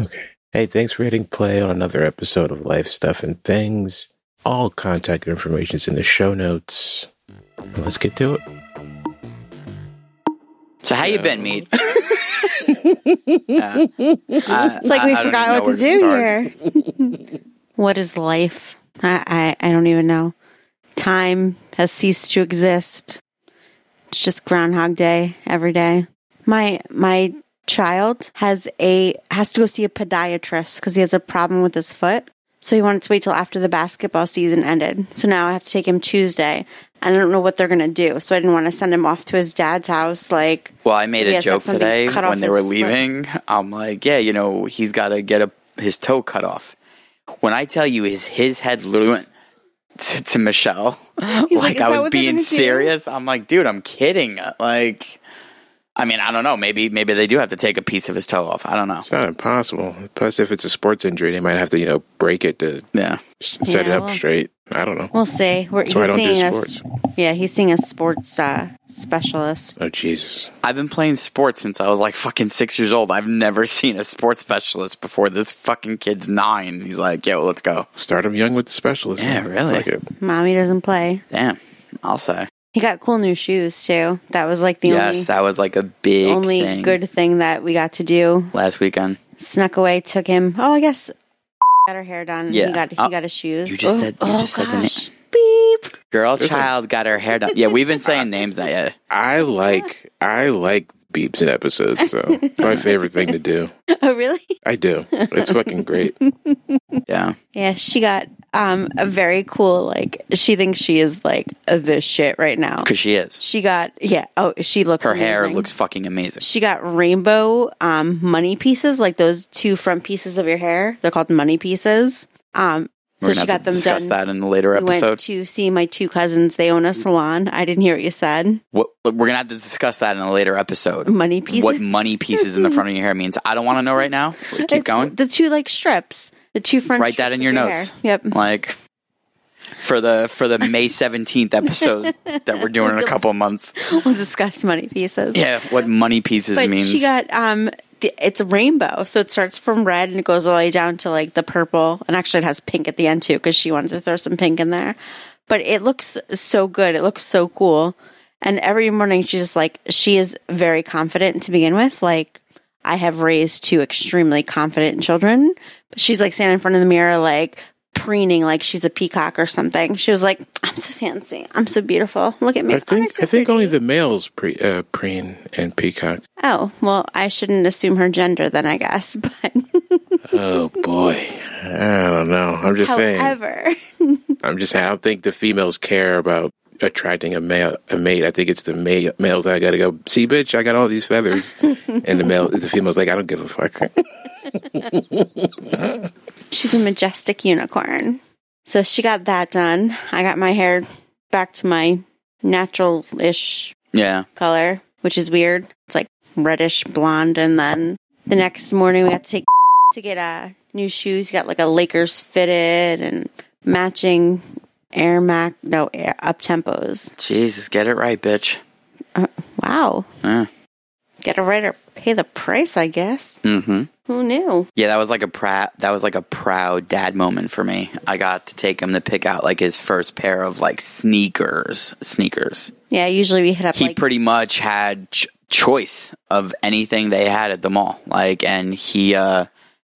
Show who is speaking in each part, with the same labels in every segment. Speaker 1: Okay. Hey, thanks for hitting play on another episode of Life Stuff and Things. All contact information is in the show notes. And Let's get to it.
Speaker 2: So how you been, Mead? Uh, Yeah. I-
Speaker 3: It's like
Speaker 2: I-
Speaker 3: we
Speaker 2: I don't
Speaker 3: forgot
Speaker 2: even know
Speaker 3: what
Speaker 2: where
Speaker 3: to do
Speaker 2: start.
Speaker 3: here. what is life? I, I I don't even know. Time has ceased to exist. It's just Groundhog Day every day. My my child has a has to go see a podiatrist because he has a problem with his foot. So he wanted to wait till after the basketball season ended. So now I have to take him Tuesday. And I don't know what they're gonna do. So I didn't want to send him off to his dad's house. Like
Speaker 2: Well, I made
Speaker 3: He
Speaker 2: a
Speaker 3: has to have
Speaker 2: joke
Speaker 3: something
Speaker 2: today
Speaker 3: cut off
Speaker 2: when they
Speaker 3: his
Speaker 2: were
Speaker 3: foot.
Speaker 2: leaving. I'm like, yeah, you know, he's got to get a, his toe cut off. When I tell you, his his head literally went to, to Michelle, like,
Speaker 3: like, "Is
Speaker 2: I
Speaker 3: that
Speaker 2: was
Speaker 3: what they're
Speaker 2: being
Speaker 3: gonna do?"
Speaker 2: serious. I'm like, dude, I'm kidding. Like, I mean, I don't know. Maybe maybe they do have to take a piece of his toe off. I don't know.
Speaker 1: It's not impossible. Plus, if it's a sports injury, they might have to, you know, break it to
Speaker 2: Yeah,
Speaker 1: s- set it
Speaker 3: Yeah,
Speaker 1: up
Speaker 3: well-
Speaker 1: straight. I don't know.
Speaker 3: We'll see. We're,
Speaker 1: That's why I don't do
Speaker 3: seeing
Speaker 1: sports.
Speaker 3: A, yeah, he's seeing a sports uh, specialist.
Speaker 1: oh, Jesus.
Speaker 2: I've been playing sports since I was like fucking six years old. I've never seen a sports specialist before. This fucking kid's nine. He's like, yo, let's go.
Speaker 1: Start him young with the specialist.
Speaker 2: Yeah,
Speaker 1: man.
Speaker 2: really.
Speaker 1: Fuck it.
Speaker 3: Mommy doesn't play.
Speaker 2: Damn, I'll say.
Speaker 3: He got cool new shoes too. That was like the
Speaker 2: yes,
Speaker 3: only
Speaker 2: that was like a big
Speaker 3: only
Speaker 2: thing
Speaker 3: good thing that we got to do.
Speaker 2: last weekend.
Speaker 3: Snuck away, took him. Oh, I guess got her hair done.
Speaker 2: Yeah.
Speaker 3: He got he
Speaker 2: Oh,
Speaker 3: got his shoes.
Speaker 2: you just
Speaker 3: oh,
Speaker 2: said- you
Speaker 3: oh,
Speaker 2: just said the
Speaker 3: gosh. Beep.
Speaker 2: Girl child got her hair done. Yeah, we've been saying names now. Yeah,
Speaker 1: I like I like beeps in episodes, so it's my favorite thing to do.
Speaker 3: Oh, really?
Speaker 1: I do. It's fucking great.
Speaker 2: yeah.
Speaker 3: Yeah, she got um a very cool like. She thinks she is like the shit right now.
Speaker 2: Because she is.
Speaker 3: She got yeah. Oh, she looks.
Speaker 2: Her hair
Speaker 3: amazing.
Speaker 2: looks fucking amazing.
Speaker 3: She got rainbow um, money pieces, like those two front pieces of your hair. They're called money pieces. Um, so
Speaker 2: We're gonna
Speaker 3: she
Speaker 2: have
Speaker 3: got
Speaker 2: to
Speaker 3: them
Speaker 2: discuss
Speaker 3: done.
Speaker 2: that in the later
Speaker 3: we went
Speaker 2: episode.
Speaker 3: to see my two cousins. They own a salon. I didn't hear what you said.
Speaker 2: What, look, we're gonna have to discuss that in a later episode.
Speaker 3: Money pieces.
Speaker 2: What money pieces in the front of your hair means? I don't want to know right now. Keep
Speaker 3: It's
Speaker 2: going.
Speaker 3: The two like strips. The two front.
Speaker 2: Write that
Speaker 3: strips
Speaker 2: in
Speaker 3: of
Speaker 2: your notes.
Speaker 3: hair. Yep.
Speaker 2: Like for the for the May seventeenth episode that we're doing in a couple of months.
Speaker 3: We'll discuss money pieces.
Speaker 2: Yeah, what money pieces
Speaker 3: But
Speaker 2: means?
Speaker 3: she got um. The, it's a rainbow, so it starts from red and it goes all the way down to like the purple, and actually it has pink at the end too because she wanted to throw some pink in there. But it looks so good. It looks so cool. And every morning she's just like she is very confident to begin with. Like I have raised two extremely confident children, but she's like standing in front of the mirror like preening like she's a peacock or something. She was like, "I'm so fancy. I'm so beautiful. Look at me."
Speaker 1: I
Speaker 3: Aren't
Speaker 1: think
Speaker 3: so
Speaker 1: I think
Speaker 3: pretty?"
Speaker 1: only the males pre uh, preen and peacock.
Speaker 3: Oh, well, I shouldn't assume her gender then, I guess. But
Speaker 1: Oh boy, I don't know. I'm just saying.
Speaker 3: however,
Speaker 1: I'm just saying. I don't think the females care about attracting a male a mate. I think it's the ma- males that I gotta go see, bitch. I got all these feathers, and the male the females like I don't give a fuck.
Speaker 3: she's a majestic unicorn. So she got that done. I got my hair back to my natural ish
Speaker 2: yeah.
Speaker 3: color, which is weird. It's like reddish blonde. And then the next morning, we got to take to get uh, new shoes. Got like a Lakers fitted and matching Air Mac, no, Air Up Tempos. Uh,
Speaker 2: Jesus, get it right, bitch.
Speaker 3: Wow.
Speaker 2: Yeah.
Speaker 3: Get it right or pay the price, I guess.
Speaker 2: Mm-hmm.
Speaker 3: Who knew?
Speaker 2: Yeah, that was like a proud that was like a proud dad moment for me. I got to take him to pick out like his first pair of like sneakers. Sneakers.
Speaker 3: Yeah, usually we hit up
Speaker 2: He
Speaker 3: like
Speaker 2: pretty much had ch- choice of anything they had at the mall. Like and he uh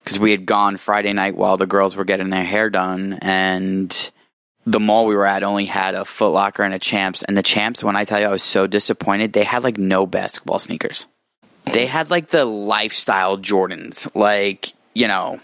Speaker 2: cuz we had gone Friday night while the girls were getting their hair done and the mall we were at only had a Foot Locker and a Champs and the Champs when I tell you I was so disappointed, they had like no basketball sneakers. They had like the lifestyle Jordans, like, you know,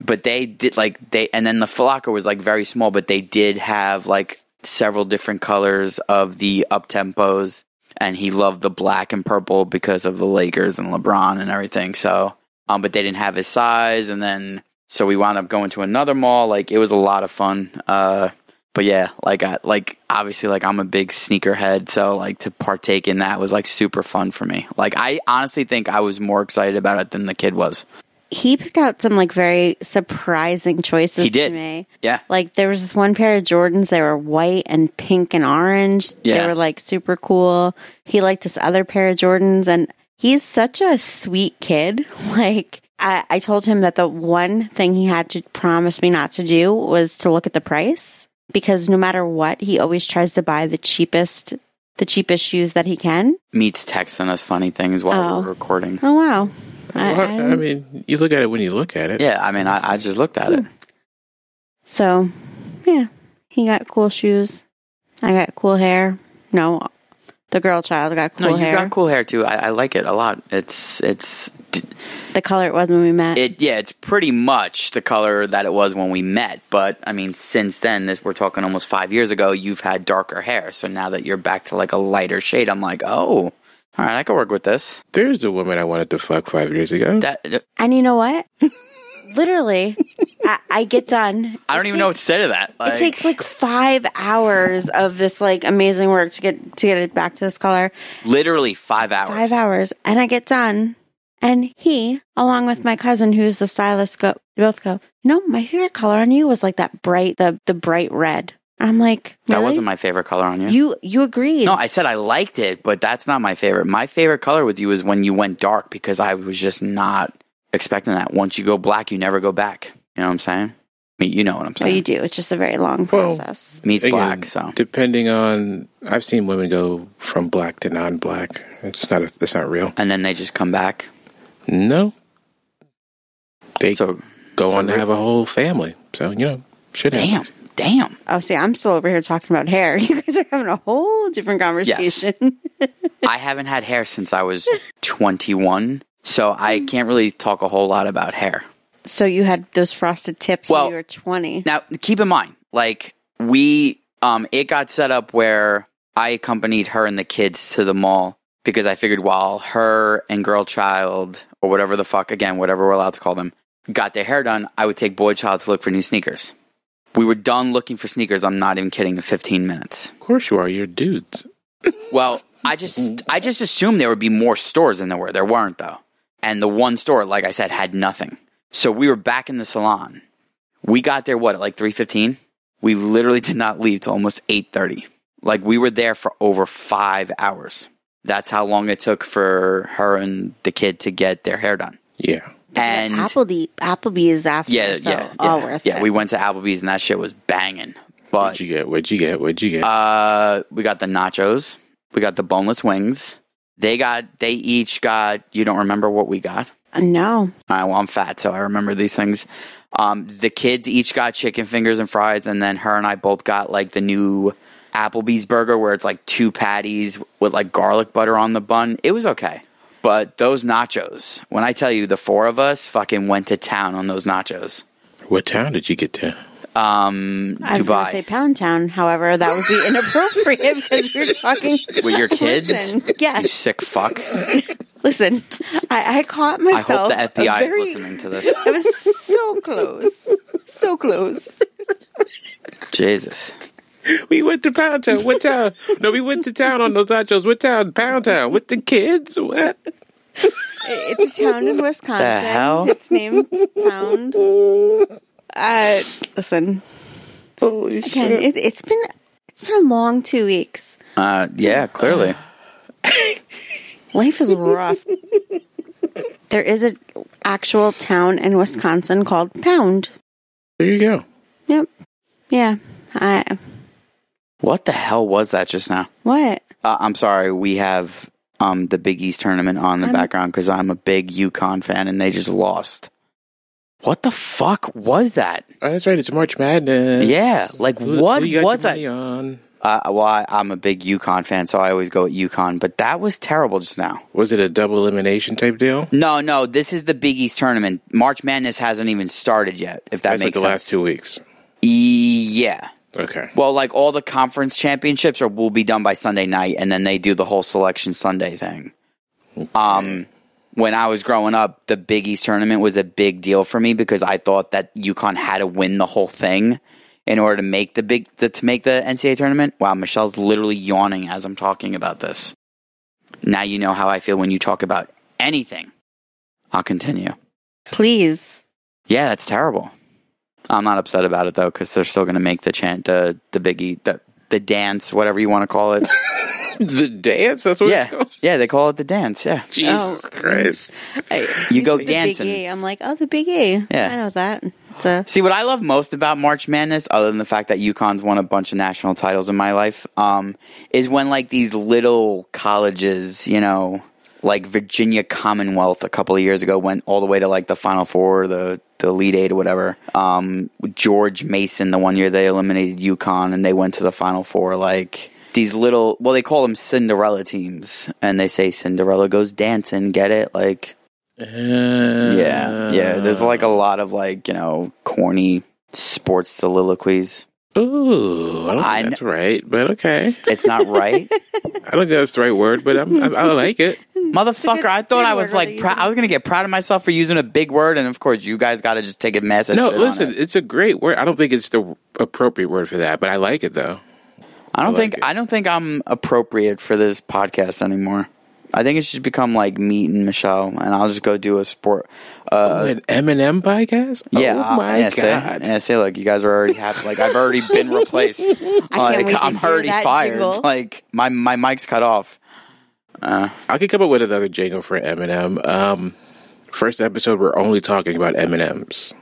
Speaker 2: but they did like they and then the Falaka was like very small, but they did have like several different colors of the up tempos and he loved the black and purple because of the Lakers and LeBron and everything. So um but they didn't have his size and then so we wound up going to another mall. Like it was a lot of fun. Uh but yeah, like I like obviously like I'm a big sneakerhead, so like to partake in that was like super fun for me. Like I honestly think I was more excited about it than the kid was.
Speaker 3: he picked out some like very surprising choices
Speaker 2: He did.
Speaker 3: to me.
Speaker 2: Yeah.
Speaker 3: Like there was this one pair of Jordans, they were white and pink and orange.
Speaker 2: Yeah.
Speaker 3: They were like super cool. He liked this other pair of Jordans and he's such a sweet kid. Like I, I told him that the one thing he had to promise me not to do was to look at the price because no matter what, he always tries to buy the cheapest, the cheapest shoes that he can.
Speaker 2: Meets texting us funny things while
Speaker 3: Oh.
Speaker 2: we're recording.
Speaker 3: Oh wow! I-
Speaker 1: Well,
Speaker 3: I-
Speaker 1: I mean, you look at it when you look at it.
Speaker 2: Yeah, I mean, I, I just looked at
Speaker 3: Hmm.
Speaker 2: it.
Speaker 3: so yeah, he got cool shoes. I got cool hair. No, the girl child got cool
Speaker 2: no, you
Speaker 3: hair.
Speaker 2: got cool hair too. I, I like it a lot. It's it's
Speaker 3: the color it was when we met.
Speaker 2: it yeah. It's pretty much the color that it was when we met. But I mean, since then, this we're talking almost five years ago. You've had darker hair, so now that you're back to like a lighter shade, I'm like, oh, all right, I can work with this.
Speaker 1: There's the woman I wanted to fuck five years ago.
Speaker 2: That
Speaker 3: and you know what? Literally, I, I get done.
Speaker 2: I don't even know what to say to that. Like,
Speaker 3: it takes like five hours of this like amazing work to get to get it back to this color.
Speaker 2: literally five hours.
Speaker 3: Five hours, and I get done, and he, along with my cousin, who's the stylist, go both go. No, my favorite color on you was like that bright the the bright red. I'm like,
Speaker 2: That
Speaker 3: really?
Speaker 2: wasn't my favorite color on you.
Speaker 3: you you agreed.
Speaker 2: No, I said I liked it, but that's not my favorite. My favorite color with you is when you went dark because I was just not expecting that. Once you go black, you never go back. You know what I'm saying? I mean, you know what I'm
Speaker 3: so you
Speaker 2: saying.
Speaker 3: do. It's just a very long
Speaker 1: Well,
Speaker 3: process.
Speaker 2: Meets
Speaker 1: Again,
Speaker 2: black, so
Speaker 1: Depending on, I've seen women go from black to non-black. It's not. A, that's not real.
Speaker 2: and then they just come back.
Speaker 1: No, they
Speaker 2: So
Speaker 1: go on to
Speaker 2: re-
Speaker 1: have a whole family. So you know, shit. happens.
Speaker 2: damn, damn.
Speaker 3: Oh, see, I'm still over here talking about hair. You guys are having a whole different conversation.
Speaker 2: I haven't had hair since I was 21, so I can't really talk a whole lot about hair.
Speaker 3: So you had those frosted tips
Speaker 2: Well,
Speaker 3: when you were 20.
Speaker 2: Now, keep in mind, like we, um, it got set up where I accompanied her and the kids to the mall because I figured while her and girl child or whatever the fuck again, whatever we're allowed to call them, got their hair done, I would take boy child to look for new sneakers. We were done looking for sneakers. I'm not even kidding. In 15 minutes.
Speaker 1: Of course you are. You're dudes.
Speaker 2: Well, I just,
Speaker 3: Mm-hmm.
Speaker 2: I just assumed there would be more stores than there were. There weren't though, and the one store, like I said, had nothing. So we were back in the salon. We got there what at like three fifteen. We literally did not leave till almost eight thirty. Like we were there for over five hours. That's how long it took for her and the kid to get their hair done.
Speaker 1: Yeah.
Speaker 2: And
Speaker 3: Applebee, Applebee is after.
Speaker 2: yeah,
Speaker 3: so
Speaker 2: yeah, yeah,
Speaker 3: all worth
Speaker 2: yeah.
Speaker 3: it.
Speaker 2: We went to Applebee's and that shit was banging. But
Speaker 1: What'd you get? What'd you get? What'd you get?
Speaker 2: uh, we got the nachos. We got the boneless wings. They got. They each got. You don't remember what we got?
Speaker 3: Uh, no,
Speaker 2: All right, well, I'm fat, so I remember these things. Um, the kids each got chicken fingers and fries, and then her and I both got like the new Applebee's burger, where it's like two patties with like garlic butter on the bun. It was okay, but those nachos. When I tell you, the four of us fucking went to town on those nachos.
Speaker 1: what town did you get to?
Speaker 2: Um,
Speaker 3: I was going to
Speaker 2: Dubai
Speaker 3: say Pound Town. However, that would be inappropriate because you're talking.
Speaker 2: with your kids.
Speaker 3: Listen,
Speaker 2: You
Speaker 3: yes,
Speaker 2: sick fuck.
Speaker 3: listen. I, I caught
Speaker 2: I hope
Speaker 3: myself.
Speaker 2: the FBI
Speaker 3: a very-
Speaker 2: is listening to this.
Speaker 3: I was so close, so close.
Speaker 2: Jesus.
Speaker 1: We went to Pound Town. What town? no, we went to town on those nachos. What town? Pound Town with the kids. What?
Speaker 3: It- It's a town in Wisconsin.
Speaker 2: The hell?
Speaker 3: It's named Pound. Uh, listen,
Speaker 1: Holy
Speaker 3: Ken. It, it's been it's been a long two weeks.
Speaker 2: Uh, yeah, clearly.
Speaker 3: Life is rough. there is an actual town in Wisconsin called Pound.
Speaker 1: There you go.
Speaker 3: Yep. Yeah. I
Speaker 2: What the hell was that just now?
Speaker 3: what?
Speaker 2: Uh, I'm sorry, we have um, the Big East tournament on the
Speaker 3: I'm-
Speaker 2: background because I'm a big UConn fan and they just lost. What the fuck was that?
Speaker 1: Oh, that's right. It's March Madness.
Speaker 2: Yeah, like, what
Speaker 1: you got
Speaker 2: was
Speaker 1: your
Speaker 2: that?
Speaker 1: money On?
Speaker 2: Uh, well, I, I'm a big UConn fan, so I always go at UConn, but that was terrible just now.
Speaker 1: Was it a double elimination type deal?
Speaker 2: No, no, this is the Big East tournament. March Madness hasn't even started yet, if that
Speaker 1: That's like
Speaker 2: makes
Speaker 1: the
Speaker 2: sense. E,
Speaker 1: last two weeks.
Speaker 2: yeah.
Speaker 1: Okay.
Speaker 2: Well, like all the conference championships are will be done by Sunday night, and then they do the whole selection Sunday thing. Um, when I was growing up, the Big East tournament was a big deal for me because I thought that UConn had to win the whole thing in order to make the big the, to make the NCAA tournament. Wow, Michelle's literally yawning as I'm talking about this. Now you know how I feel when you talk about anything. I'll continue.
Speaker 3: Please.
Speaker 2: Yeah, that's terrible. I'm not upset about it though, because they're still going to make the chant, the the biggie, the the dance, whatever you want to call it.
Speaker 1: The dance? That's what it's
Speaker 2: yeah, Oh.
Speaker 1: called?
Speaker 2: yeah, they call it the dance. Yeah,
Speaker 1: Jesus Christ.
Speaker 3: I,
Speaker 2: You go
Speaker 3: see the
Speaker 2: dancing.
Speaker 3: Big E. I'm like, oh, the Big E.
Speaker 2: Yeah.
Speaker 3: I know that. It's a
Speaker 2: See, what I love most about March Madness, other than the fact that UConn's won a bunch of national titles in my life, um, is when like these little colleges, you know, like Virginia Commonwealth a couple of years ago went all the way to like the Final Four, the the Elite Eight, or whatever. Um, George Mason, the one year they eliminated UConn and they went to the Final Four, like. These little, well, they call them Cinderella teams, and they say Cinderella goes dancing. Get it? Like,
Speaker 1: Uh,
Speaker 2: yeah, yeah. There's like a lot of like you know corny sports soliloquies.
Speaker 1: Ooh, I don't think
Speaker 2: I kn-
Speaker 1: that's right, but okay.
Speaker 2: It's not right,
Speaker 1: I don't think that's the right word, but I'm, I'm, I like it.
Speaker 2: motherfucker. I thought I was
Speaker 3: word,
Speaker 2: like
Speaker 3: really,
Speaker 2: prou-
Speaker 3: isn't
Speaker 2: I was gonna get proud of myself for using a big word, and of course you guys got to just take a message.
Speaker 1: No, listen, it's a great word. I don't think it's the appropriate word for that, but I like it though.
Speaker 2: I don't
Speaker 1: I like
Speaker 2: think
Speaker 1: it.
Speaker 2: I don't think I'm appropriate for this podcast anymore. I think it should become like Meet and Michelle, and I'll just go do a sport. Uh,
Speaker 1: An Eminem podcast?
Speaker 2: yeah,
Speaker 1: Oh my
Speaker 2: and I say,
Speaker 1: god.
Speaker 2: and I say, look, you guys are already happy. Like I've already been replaced.
Speaker 3: wait
Speaker 2: like
Speaker 3: to
Speaker 2: I'm
Speaker 3: hear
Speaker 2: already
Speaker 3: that
Speaker 2: fired.
Speaker 3: jingle.
Speaker 2: Like my my mic's cut off.
Speaker 1: I could come up with another jingle for Eminem. Um, first episode, we're only talking about M&Ms.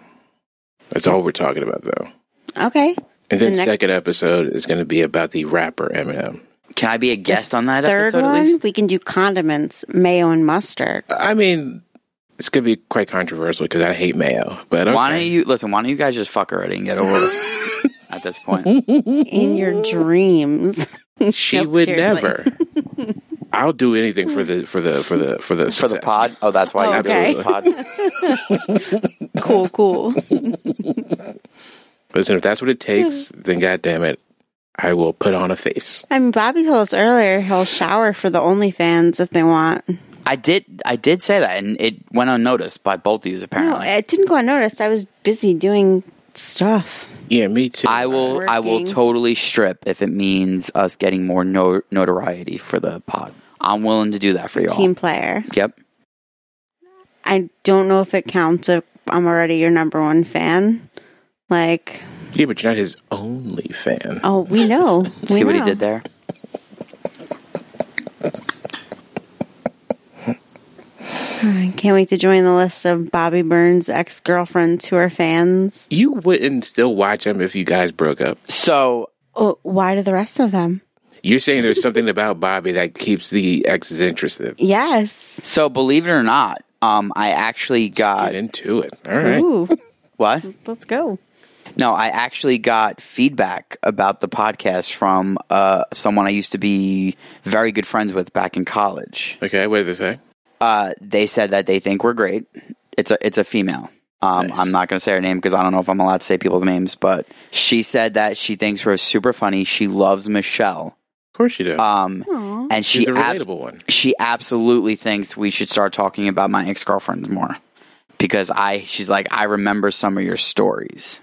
Speaker 1: That's all we're talking about though.
Speaker 3: okay.
Speaker 1: And then
Speaker 3: The next-
Speaker 1: second episode is going to be about the rapper Eminem.
Speaker 2: Can I be a guest on that
Speaker 3: Third
Speaker 2: episode at
Speaker 3: one,
Speaker 2: least?
Speaker 3: we can do condiments, mayo and mustard.
Speaker 1: I mean, it's going to be quite controversial because I hate mayo, but okay.
Speaker 2: Why don't you listen? Why don't you guys just fuck already and get over it at this point?
Speaker 3: In your dreams,
Speaker 1: She
Speaker 3: Nope,
Speaker 1: would
Speaker 3: seriously.
Speaker 1: never. I'll do anything for the for the for the for the
Speaker 2: For the pod? Oh, that's why you're doing the pod.
Speaker 3: cool, cool.
Speaker 1: Listen, if that's what it takes, then God damn it, I will put on a face.
Speaker 3: I mean, Bobby told us earlier he'll shower for the OnlyFans if they want.
Speaker 2: I did. I did say that, and it went unnoticed by both of you.
Speaker 3: No,
Speaker 2: Apparently,
Speaker 3: it didn't go unnoticed. I was busy doing stuff.
Speaker 1: Yeah, me too.
Speaker 2: I will. I will
Speaker 3: Working.
Speaker 2: totally strip if it means us getting more no, notoriety for the pod. I'm willing to do that for y'all.
Speaker 3: Team player.
Speaker 2: Yep.
Speaker 3: I don't know if it counts if I'm already your number one fan. Like,
Speaker 1: Yeah, but you're not his only fan.
Speaker 3: oh, we know. We
Speaker 2: See what he
Speaker 3: know.
Speaker 2: did there.
Speaker 3: I can't wait to join the list of Bobby Burns' ex girlfriends who are fans.
Speaker 1: You wouldn't still watch him if you guys broke up.
Speaker 2: So
Speaker 3: Oh, why do the rest of them?
Speaker 1: You're saying there's something about Bobby that keeps the exes interested.
Speaker 3: Yes.
Speaker 2: so believe it or not, um, I actually got
Speaker 1: Get into it. All right.
Speaker 3: Ooh,
Speaker 2: what?
Speaker 3: let's go.
Speaker 2: No, I actually got feedback about the podcast from uh, someone I used to be very good friends with back in college.
Speaker 1: Okay, what did they say?
Speaker 2: Uh, they said that they think we're great. It's a it's a female. Um,
Speaker 1: Nice.
Speaker 2: I'm not going to say her name because I don't know if I'm allowed to say people's names, but she said that she thinks we're super funny. She loves Michelle,
Speaker 1: Of course you do.
Speaker 2: um,
Speaker 3: Aw.
Speaker 2: and
Speaker 1: Hmm. She's
Speaker 2: she
Speaker 1: the
Speaker 2: abs-
Speaker 1: relatable one.
Speaker 2: she absolutely thinks we should start talking about my ex girlfriends more because I she's like I remember some of your stories.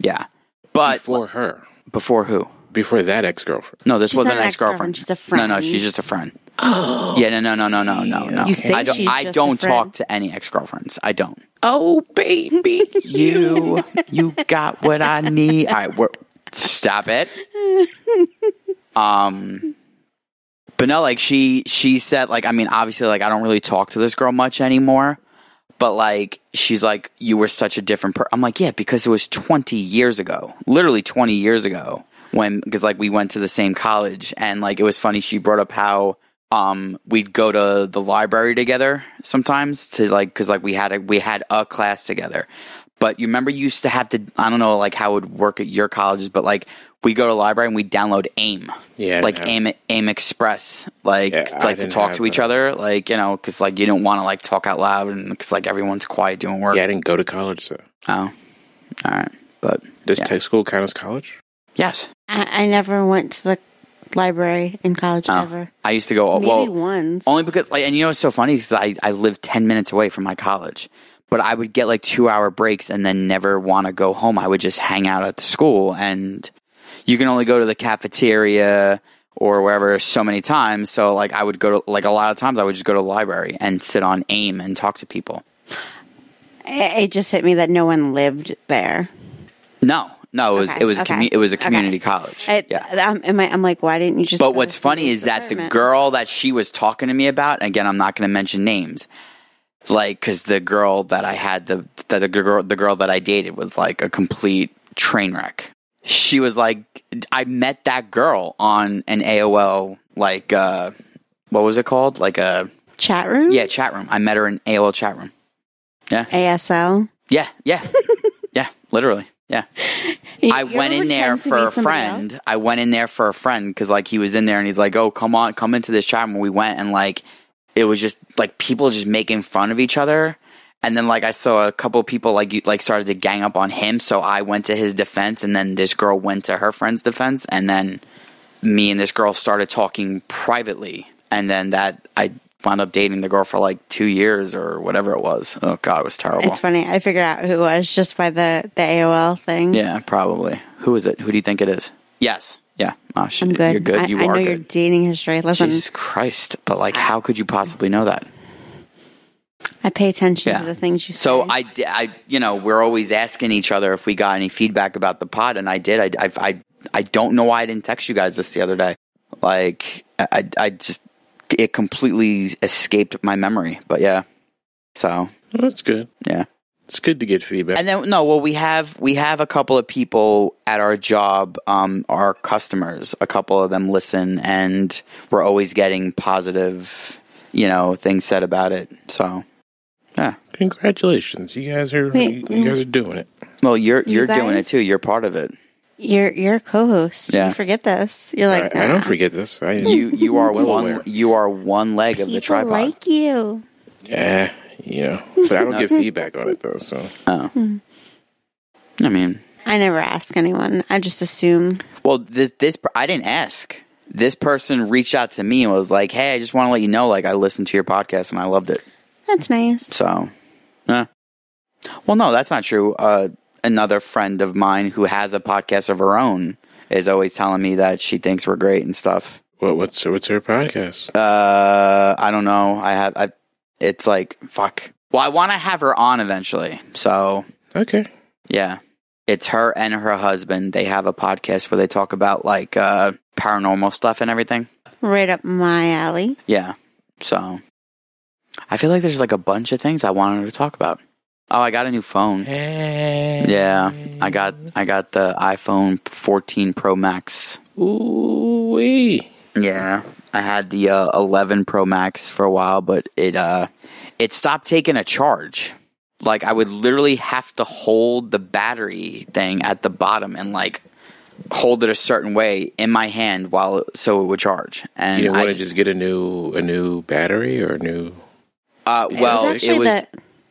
Speaker 2: Yeah, but
Speaker 1: Before her.
Speaker 2: before who?
Speaker 1: Before that ex girlfriend.
Speaker 2: No, this
Speaker 3: She's
Speaker 2: wasn't an
Speaker 3: not an
Speaker 2: ex girlfriend.
Speaker 3: ex-girlfriend, she's a
Speaker 2: No, no,
Speaker 3: friend.
Speaker 2: she's just a friend. Oh. Yeah, no, no, no, no, no, no, no.
Speaker 3: You say
Speaker 2: I don't,
Speaker 3: she's
Speaker 2: I
Speaker 3: just a
Speaker 2: don't
Speaker 3: friend.
Speaker 2: talk to any ex girlfriends. I don't.
Speaker 1: Oh baby.
Speaker 2: You, you got what I need. All right, we're, stop it. Um, but no, like she, she said, like I mean, obviously, like I don't really talk to this girl much anymore. But like, she's like, you were such a different person. I'm like, yeah, because it was 20 years ago, literally 20 years ago, when because like we went to the same college, and like it was funny. She brought up how um we'd go to the library together sometimes to like because like we had a we had a class together. But you remember you used to have to I don't know like how it would work at your colleges, but like we go to the library and we download AIM,
Speaker 1: Yeah, I
Speaker 2: like
Speaker 1: know.
Speaker 2: AIM AIM Express, like
Speaker 1: Yeah, I
Speaker 2: like to
Speaker 1: didn't
Speaker 2: talk
Speaker 1: have
Speaker 2: to each
Speaker 1: that.
Speaker 2: other, like you know, because like you don't want to like talk out loud, and because like everyone's quiet doing work.
Speaker 1: Yeah, I didn't go to college, so
Speaker 2: Oh, all right, but
Speaker 1: does
Speaker 2: Yeah.
Speaker 1: tech school count as college?
Speaker 2: yes,
Speaker 3: I, I never went to the library in college
Speaker 2: Oh.
Speaker 3: ever.
Speaker 2: I used to go.
Speaker 3: Maybe
Speaker 2: well,
Speaker 3: once.
Speaker 2: only because like, and you know, it's so funny because I I lived ten minutes away from my college, but I would get like two hour breaks and then never want to go home. I would just hang out at the school, and you can only go to the cafeteria or wherever so many times. So like, I would go to like a lot of times I would just go to the library and sit on AIM and talk to people.
Speaker 3: It, it just hit me that no one lived there.
Speaker 2: No, no, it was
Speaker 3: Okay,
Speaker 2: it was a
Speaker 3: okay,
Speaker 2: commu- it was a
Speaker 3: okay.
Speaker 2: community college.
Speaker 3: I,
Speaker 2: yeah.
Speaker 3: I'm, am I, am like, why didn't you just? go
Speaker 2: But
Speaker 3: to
Speaker 2: what's funny
Speaker 3: police
Speaker 2: is that the
Speaker 3: department?
Speaker 2: girl that she was talking to me about, again, I'm not going to mention names, like because the girl that I had the that the girl the girl that I dated was like a complete train wreck. She was like, I met that girl on an AOL like uh, what was it called? Like a
Speaker 3: chat room,
Speaker 2: yeah chat room. I met her in AOL chat room.
Speaker 3: ASL.
Speaker 2: Yeah, yeah, yeah, literally, yeah.
Speaker 3: You-
Speaker 2: I
Speaker 3: you
Speaker 2: went
Speaker 3: ever
Speaker 2: in there
Speaker 3: pretend to be
Speaker 2: for a
Speaker 3: somebody
Speaker 2: friend. I went in there for a friend because like he was in there and he's like, "Oh, come on, come into this chat." And we went and like it was just like people just making fun of each other. And then like I saw a couple people like you, like started to gang up on him, so I went to his defense, and then this girl went to her friend's defense, and then me and this girl started talking privately, and then that I wound up dating the girl for like two years or whatever it was. Oh god, it was terrible.
Speaker 3: It's funny. I figured out who it was just by the the AOL thing.
Speaker 2: Yeah, probably. Who is it? Who do you think it is? Yes. Yeah. Oh, shit.
Speaker 3: I'm good.
Speaker 2: You're good.
Speaker 3: I,
Speaker 2: you
Speaker 3: I
Speaker 2: are
Speaker 3: know your
Speaker 2: good.
Speaker 3: dating history. Listen,
Speaker 2: Jesus Christ. But like, how could you possibly know that?
Speaker 3: I pay attention
Speaker 2: Yeah.
Speaker 3: to the things you say.
Speaker 2: So I, di- I, you know, we're always asking each other if we got any feedback about the pod, and I did. I, I, I, I don't know why I didn't text you guys this the other day. Like, I- I, I just, it completely escaped my memory. But yeah. So
Speaker 1: That's good.
Speaker 2: yeah.
Speaker 1: It's good to get feedback.
Speaker 2: And then no, well we have we have a couple of people at our job, um, our customers. A couple of them listen, and we're always getting positive, you know, things said about it. So, yeah.
Speaker 1: Congratulations, you guys are you,
Speaker 3: Wait,
Speaker 1: you guys are doing it.
Speaker 2: Well, you're
Speaker 3: You
Speaker 2: you're doing
Speaker 3: guys?
Speaker 2: it too. You're part of it.
Speaker 3: you're you're a co-host.
Speaker 2: Yeah.
Speaker 3: You forget this. You're like, "Ah,
Speaker 1: I, I
Speaker 3: nah.
Speaker 1: don't forget this. I
Speaker 2: You you are
Speaker 1: Well
Speaker 2: one
Speaker 1: aware.
Speaker 2: you are one leg of the
Speaker 3: People
Speaker 2: tripod.
Speaker 3: like you.
Speaker 1: yeah, you know, but I don't get feedback on it though. So
Speaker 3: Hmm.
Speaker 2: oh. I mean,
Speaker 3: I never ask anyone. I just assume.
Speaker 2: Well, this this per- I didn't ask. This person reached out to me and was like, "Hey, I just want to let you know, like, I listened to your podcast and I loved it."
Speaker 3: That's nice.
Speaker 2: So, eh. well, no, that's not true. Uh, another friend of mine who has a podcast of her own is always telling me that she thinks we're great and stuff.
Speaker 1: what what's what's her podcast?
Speaker 2: Uh, I don't know. I have. I. It's like fuck. Well, I want to have her on eventually. So
Speaker 1: Okay,
Speaker 2: yeah. It's her and her husband. They have a podcast where they talk about like uh, paranormal stuff and everything.
Speaker 3: Right up my alley.
Speaker 2: Yeah. So I feel like there's like a bunch of things I wanted to talk about. Oh, I got a new phone. Yeah. I got I got the iPhone 14 Pro Max.
Speaker 1: ooh wee.
Speaker 2: Yeah. I had the uh, 11 Pro Max for a while, but it uh it stopped taking a charge. Like I would literally have to hold the battery thing at the bottom and like hold it a certain way in my hand while so it would charge. And
Speaker 1: You didn't
Speaker 2: I
Speaker 1: want to just get a new a new battery or a new
Speaker 2: uh well
Speaker 3: it was actually the,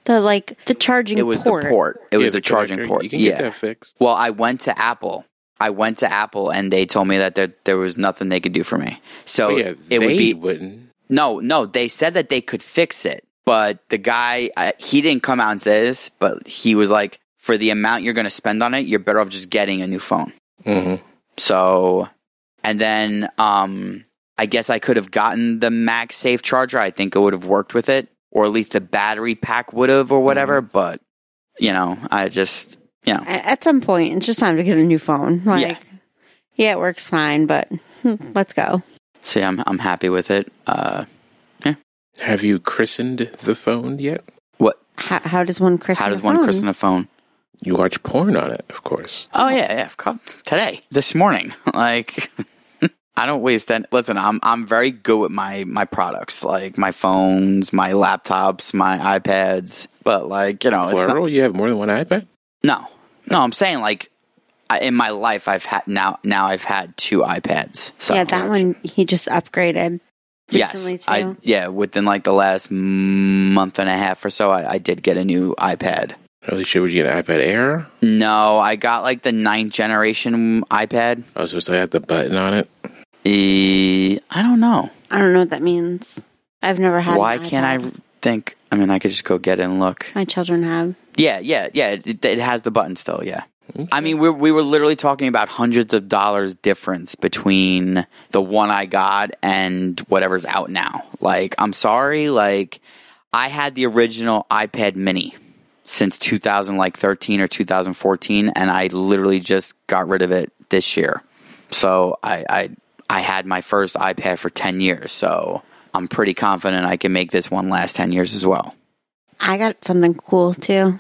Speaker 3: the like the charging
Speaker 2: it was
Speaker 3: port.
Speaker 2: the port. It
Speaker 1: Yeah,
Speaker 2: was
Speaker 1: the
Speaker 2: a charging
Speaker 1: connector.
Speaker 2: port.
Speaker 1: You can
Speaker 2: yeah.
Speaker 1: get that fixed.
Speaker 2: Well, I went to Apple. I went to Apple and they told me that there, there was nothing they could do for me. So
Speaker 1: Oh, yeah,
Speaker 2: it would be
Speaker 1: wouldn't.
Speaker 2: no, no. They said that they could fix it, but the guy uh, he didn't come out and say this, but he was like, for the amount you're going to spend on it, you're better off just getting a new phone.
Speaker 1: Mm-hmm.
Speaker 2: So, and then um, I guess I could have gotten the MagSafe charger. I think it would have worked with it, or at least the battery pack would have, or whatever.
Speaker 1: Mm-hmm.
Speaker 2: But you know, I just you know,
Speaker 3: A- At some point, it's just time to get a new phone. Like,
Speaker 2: Yeah.
Speaker 3: yeah, it works fine, but hmm, let's go.
Speaker 2: see, I'm I'm happy with it. Uh,
Speaker 1: Have you christened the phone yet?
Speaker 2: what?
Speaker 3: How, how does one christen?
Speaker 2: How does
Speaker 3: a
Speaker 2: one
Speaker 3: phone?
Speaker 2: christen a phone?
Speaker 1: You watch porn on it, of course.
Speaker 2: Oh yeah, yeah. of course. Today, this morning, like. I don't waste any. Listen, I'm I'm very good with my my products, like my phones, my laptops, my iPads. But like you know, it's not,
Speaker 1: Plural? you have more than one iPad?
Speaker 2: No, no, I'm saying like I, in my life, I've had now now I've had two iPads. So
Speaker 3: Yeah, that one he just upgraded.
Speaker 2: Yes,
Speaker 3: recently,
Speaker 2: I
Speaker 3: too.
Speaker 2: yeah. Within like the last month and a half or so, I, I did get a new iPad.
Speaker 1: Holy shit, would you get an iPad Air?
Speaker 2: No, I got like the ninth generation iPad.
Speaker 1: I was supposed to have the button on it.
Speaker 2: E, I don't know
Speaker 3: I don't know what that means. I've never had. an
Speaker 2: why can't
Speaker 3: iPad.
Speaker 2: I think. I mean, I could just go get it and look.
Speaker 3: My children have.
Speaker 2: Yeah, yeah, yeah. It, it has the button still. Yeah. I mean, we we were literally talking about hundreds of dollars difference between the one I got and whatever's out now. Like, I'm sorry, like I had the original iPad Mini. since 2013 or 2014, and I literally just got rid of it this year. So I I, I had my first iPad for 10 years, so I'm pretty confident I can make this one last 10 years as well.
Speaker 3: I got something cool too.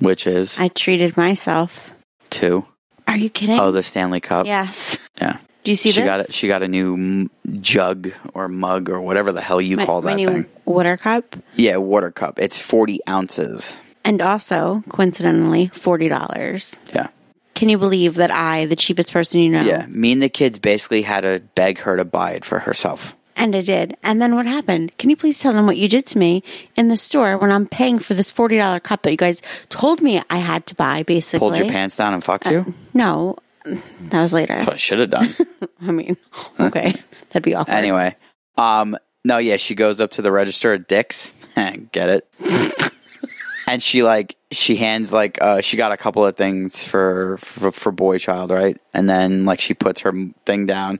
Speaker 2: Which is
Speaker 3: I treated myself.
Speaker 2: two.
Speaker 3: Are you kidding?
Speaker 2: Oh, the Stanley Cup.
Speaker 3: yes.
Speaker 2: Yeah.
Speaker 3: Do you see
Speaker 2: she
Speaker 3: this?
Speaker 2: got a, she got a new m- jug or mug or whatever the hell you
Speaker 3: my,
Speaker 2: call
Speaker 3: my
Speaker 2: that
Speaker 3: new
Speaker 2: thing.
Speaker 3: water cup,
Speaker 2: Yeah, water cup. It's 40 ounces.
Speaker 3: and also coincidentally, forty dollars.
Speaker 2: Yeah.
Speaker 3: Can you believe that I, the cheapest person you know,
Speaker 2: Yeah. Me and the kids basically had to beg her to buy it for herself.
Speaker 3: And I did. And then what happened? Can you please tell them what you did to me in the store when I'm paying for this $40 cup that you guys told me I had to buy, basically?
Speaker 2: Pulled your pants down and fucked
Speaker 3: Uh,
Speaker 2: you?
Speaker 3: No, that was later.
Speaker 2: That's what I should have done.
Speaker 3: I mean, okay. That'd be awkward.
Speaker 2: anyway. Um, no, yeah, she goes up to the register at Dick's. Get it? and she like she hands like uh she got a couple of things for, for for boy child right and then like she puts her thing down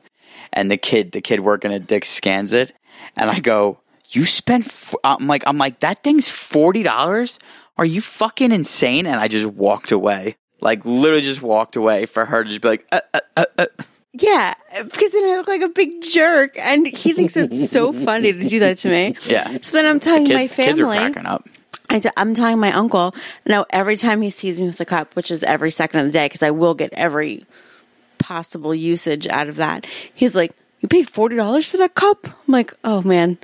Speaker 2: and the kid the kid working at dick's scans it and i go you spent f-? i'm like i'm like that thing's $40 are you fucking insane and i just walked away like literally just walked away for her to just be like uh, uh, uh, uh.
Speaker 3: Yeah, because then I look like a big jerk. And he thinks it's so funny to do that to me.
Speaker 2: Yeah.
Speaker 3: So then I'm telling
Speaker 2: Kid-
Speaker 3: my
Speaker 2: kids are
Speaker 3: family.
Speaker 2: cracking up
Speaker 3: I t- I'm telling my uncle now. Every time he sees me with a cup, which is every second of the day, because I will get every possible usage out of that. He's like, "You paid forty dollars for that cup?" I'm like, "Oh man,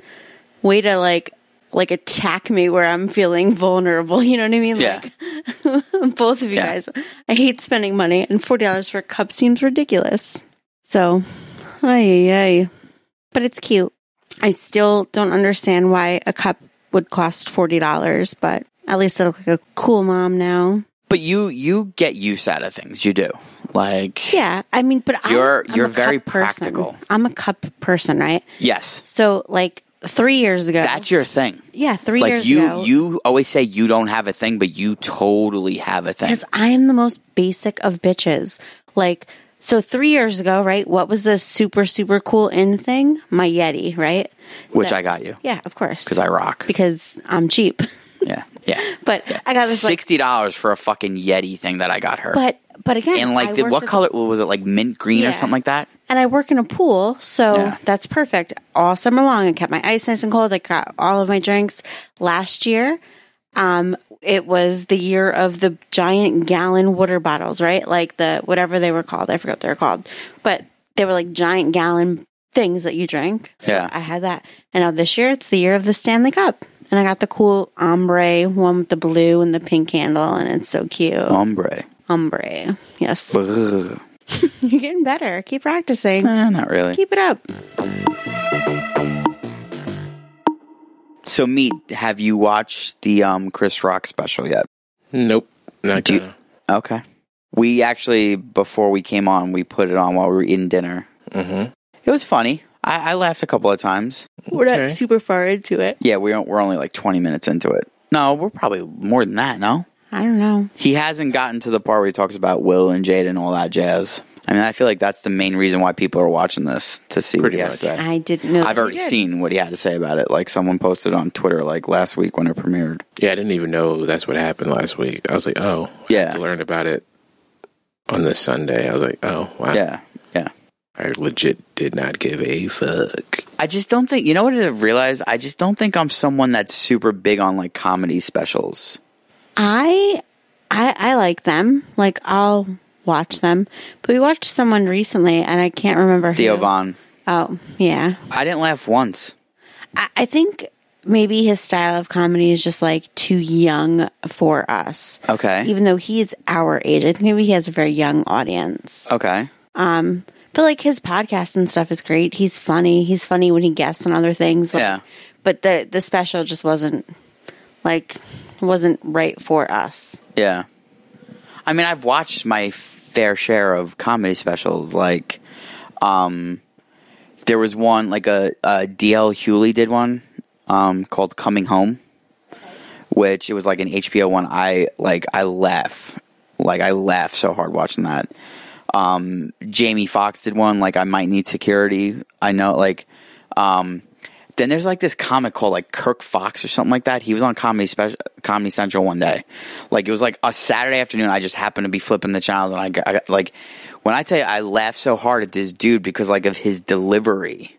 Speaker 3: way to like like attack me where I'm feeling vulnerable." You know what I mean?
Speaker 2: yeah
Speaker 3: Like both of you
Speaker 2: Yeah.
Speaker 3: guys. I hate spending money, and forty dollars for a cup seems ridiculous. So, ay ay, but it's cute. I still don't understand why a cup would cost forty dollars, but at least I look like a cool mom now.
Speaker 2: but you you get use out of things you do like
Speaker 3: Yeah, I mean, but I'm-
Speaker 2: You're-
Speaker 3: I'm,
Speaker 2: you're
Speaker 3: a
Speaker 2: very
Speaker 3: cup person.
Speaker 2: practical.
Speaker 3: I'm a cup person, right?
Speaker 2: yes
Speaker 3: So, like three years ago,
Speaker 2: that's your thing
Speaker 3: yeah, three
Speaker 2: like
Speaker 3: years
Speaker 2: you
Speaker 3: ago,
Speaker 2: you always say you don't have a thing but you totally have a thing
Speaker 3: because I am the most basic of bitches. Like, so three years ago, right? What was the super super cool in thing? My Yeti, right?
Speaker 2: which i got you
Speaker 3: Yeah, of course,
Speaker 2: because i rock
Speaker 3: because I'm cheap.
Speaker 2: yeah yeah
Speaker 3: But I got this like,
Speaker 2: $60 for a fucking yeti thing that i got her
Speaker 3: but but again,
Speaker 2: and
Speaker 3: I
Speaker 2: like the,
Speaker 3: work
Speaker 2: what
Speaker 3: with-
Speaker 2: color was it like mint green
Speaker 3: Yeah.
Speaker 2: or something like that
Speaker 3: And I work in a pool, so
Speaker 2: Yeah.
Speaker 3: that's perfect. All summer long, I kept my ice nice and cold. I got all of my drinks. Last year, um, it was the year of the giant gallon water bottles, right? Like the whatever they were called. I forgot what they were called, but they were like giant gallon things that you drank. So
Speaker 2: Yeah.
Speaker 3: I had that. And now this year, it's the year of the Stanley Cup. And I got the cool ombre one with the blue and the pink handle, and it's so cute.
Speaker 2: ombre
Speaker 3: Ombre. Yes.
Speaker 2: Ugh.
Speaker 3: You're getting better. Keep practicing.
Speaker 2: Eh, not really
Speaker 3: Keep it up.
Speaker 2: so meat have you watched the um chris rock special yet
Speaker 1: Nope. Not
Speaker 2: Do you-
Speaker 1: gonna.
Speaker 2: okay we actually before we came on we put it on while we were eating dinner
Speaker 1: Mhm.
Speaker 2: It was funny. I, I laughed a couple of times.
Speaker 3: We're
Speaker 1: Okay.
Speaker 3: not super far into it.
Speaker 2: Yeah, we aren't, we're only like 20 minutes into it. No, we're probably more than that, no?
Speaker 3: I don't know.
Speaker 2: He hasn't gotten to the part where he talks about Will and Jade and all that jazz. I mean, I feel like that's the main reason why people are watching this to see
Speaker 1: Pretty
Speaker 2: what he has to
Speaker 1: much.
Speaker 2: say.
Speaker 3: I didn't know.
Speaker 2: I've already seen what he had to say about it. Like someone posted on Twitter like last week when it premiered.
Speaker 1: Yeah, I didn't even know that's what happened last week. I was like, oh, I
Speaker 2: Yeah.
Speaker 1: learned about it on this Sunday. I was like, oh, wow.
Speaker 2: Yeah. Yeah.
Speaker 1: I legit did not give a fuck.
Speaker 2: I just don't think, you know what I've realized? I just don't think I'm someone that's super big on like comedy specials.
Speaker 3: I, I, I like them. Like I'll watch them. But we watched someone recently, and I can't remember who.
Speaker 2: Theo Von.
Speaker 3: Oh yeah,
Speaker 2: I didn't laugh once.
Speaker 3: I, I think maybe his style of comedy is just like too young for us.
Speaker 2: Okay.
Speaker 3: Even though he's our age, I think maybe he has a very young audience.
Speaker 2: Okay.
Speaker 3: But like his podcast and stuff is great. He's funny. He's funny when he guests on other things. Like,
Speaker 2: Yeah.
Speaker 3: But the the special just wasn't like wasn't right for us.
Speaker 2: Yeah. I mean, I've watched my fair share of comedy specials. Like, um, there was one, like a, a DL Hewley did one, um, called Coming Home, which it was like an HBO one. I, like, I laugh. Like, I laugh so hard watching that. Um, Jamie Foxx did one, like, I Might Need Security. I know, like, um, Then there's like this comic called like Kirk Fox or something like that. He was on Comedy Special, Comedy Central one day. Like it was like a Saturday afternoon. I just happened to be flipping the channels and I got, I got like when I tell you I laughed so hard at this dude because like of his delivery.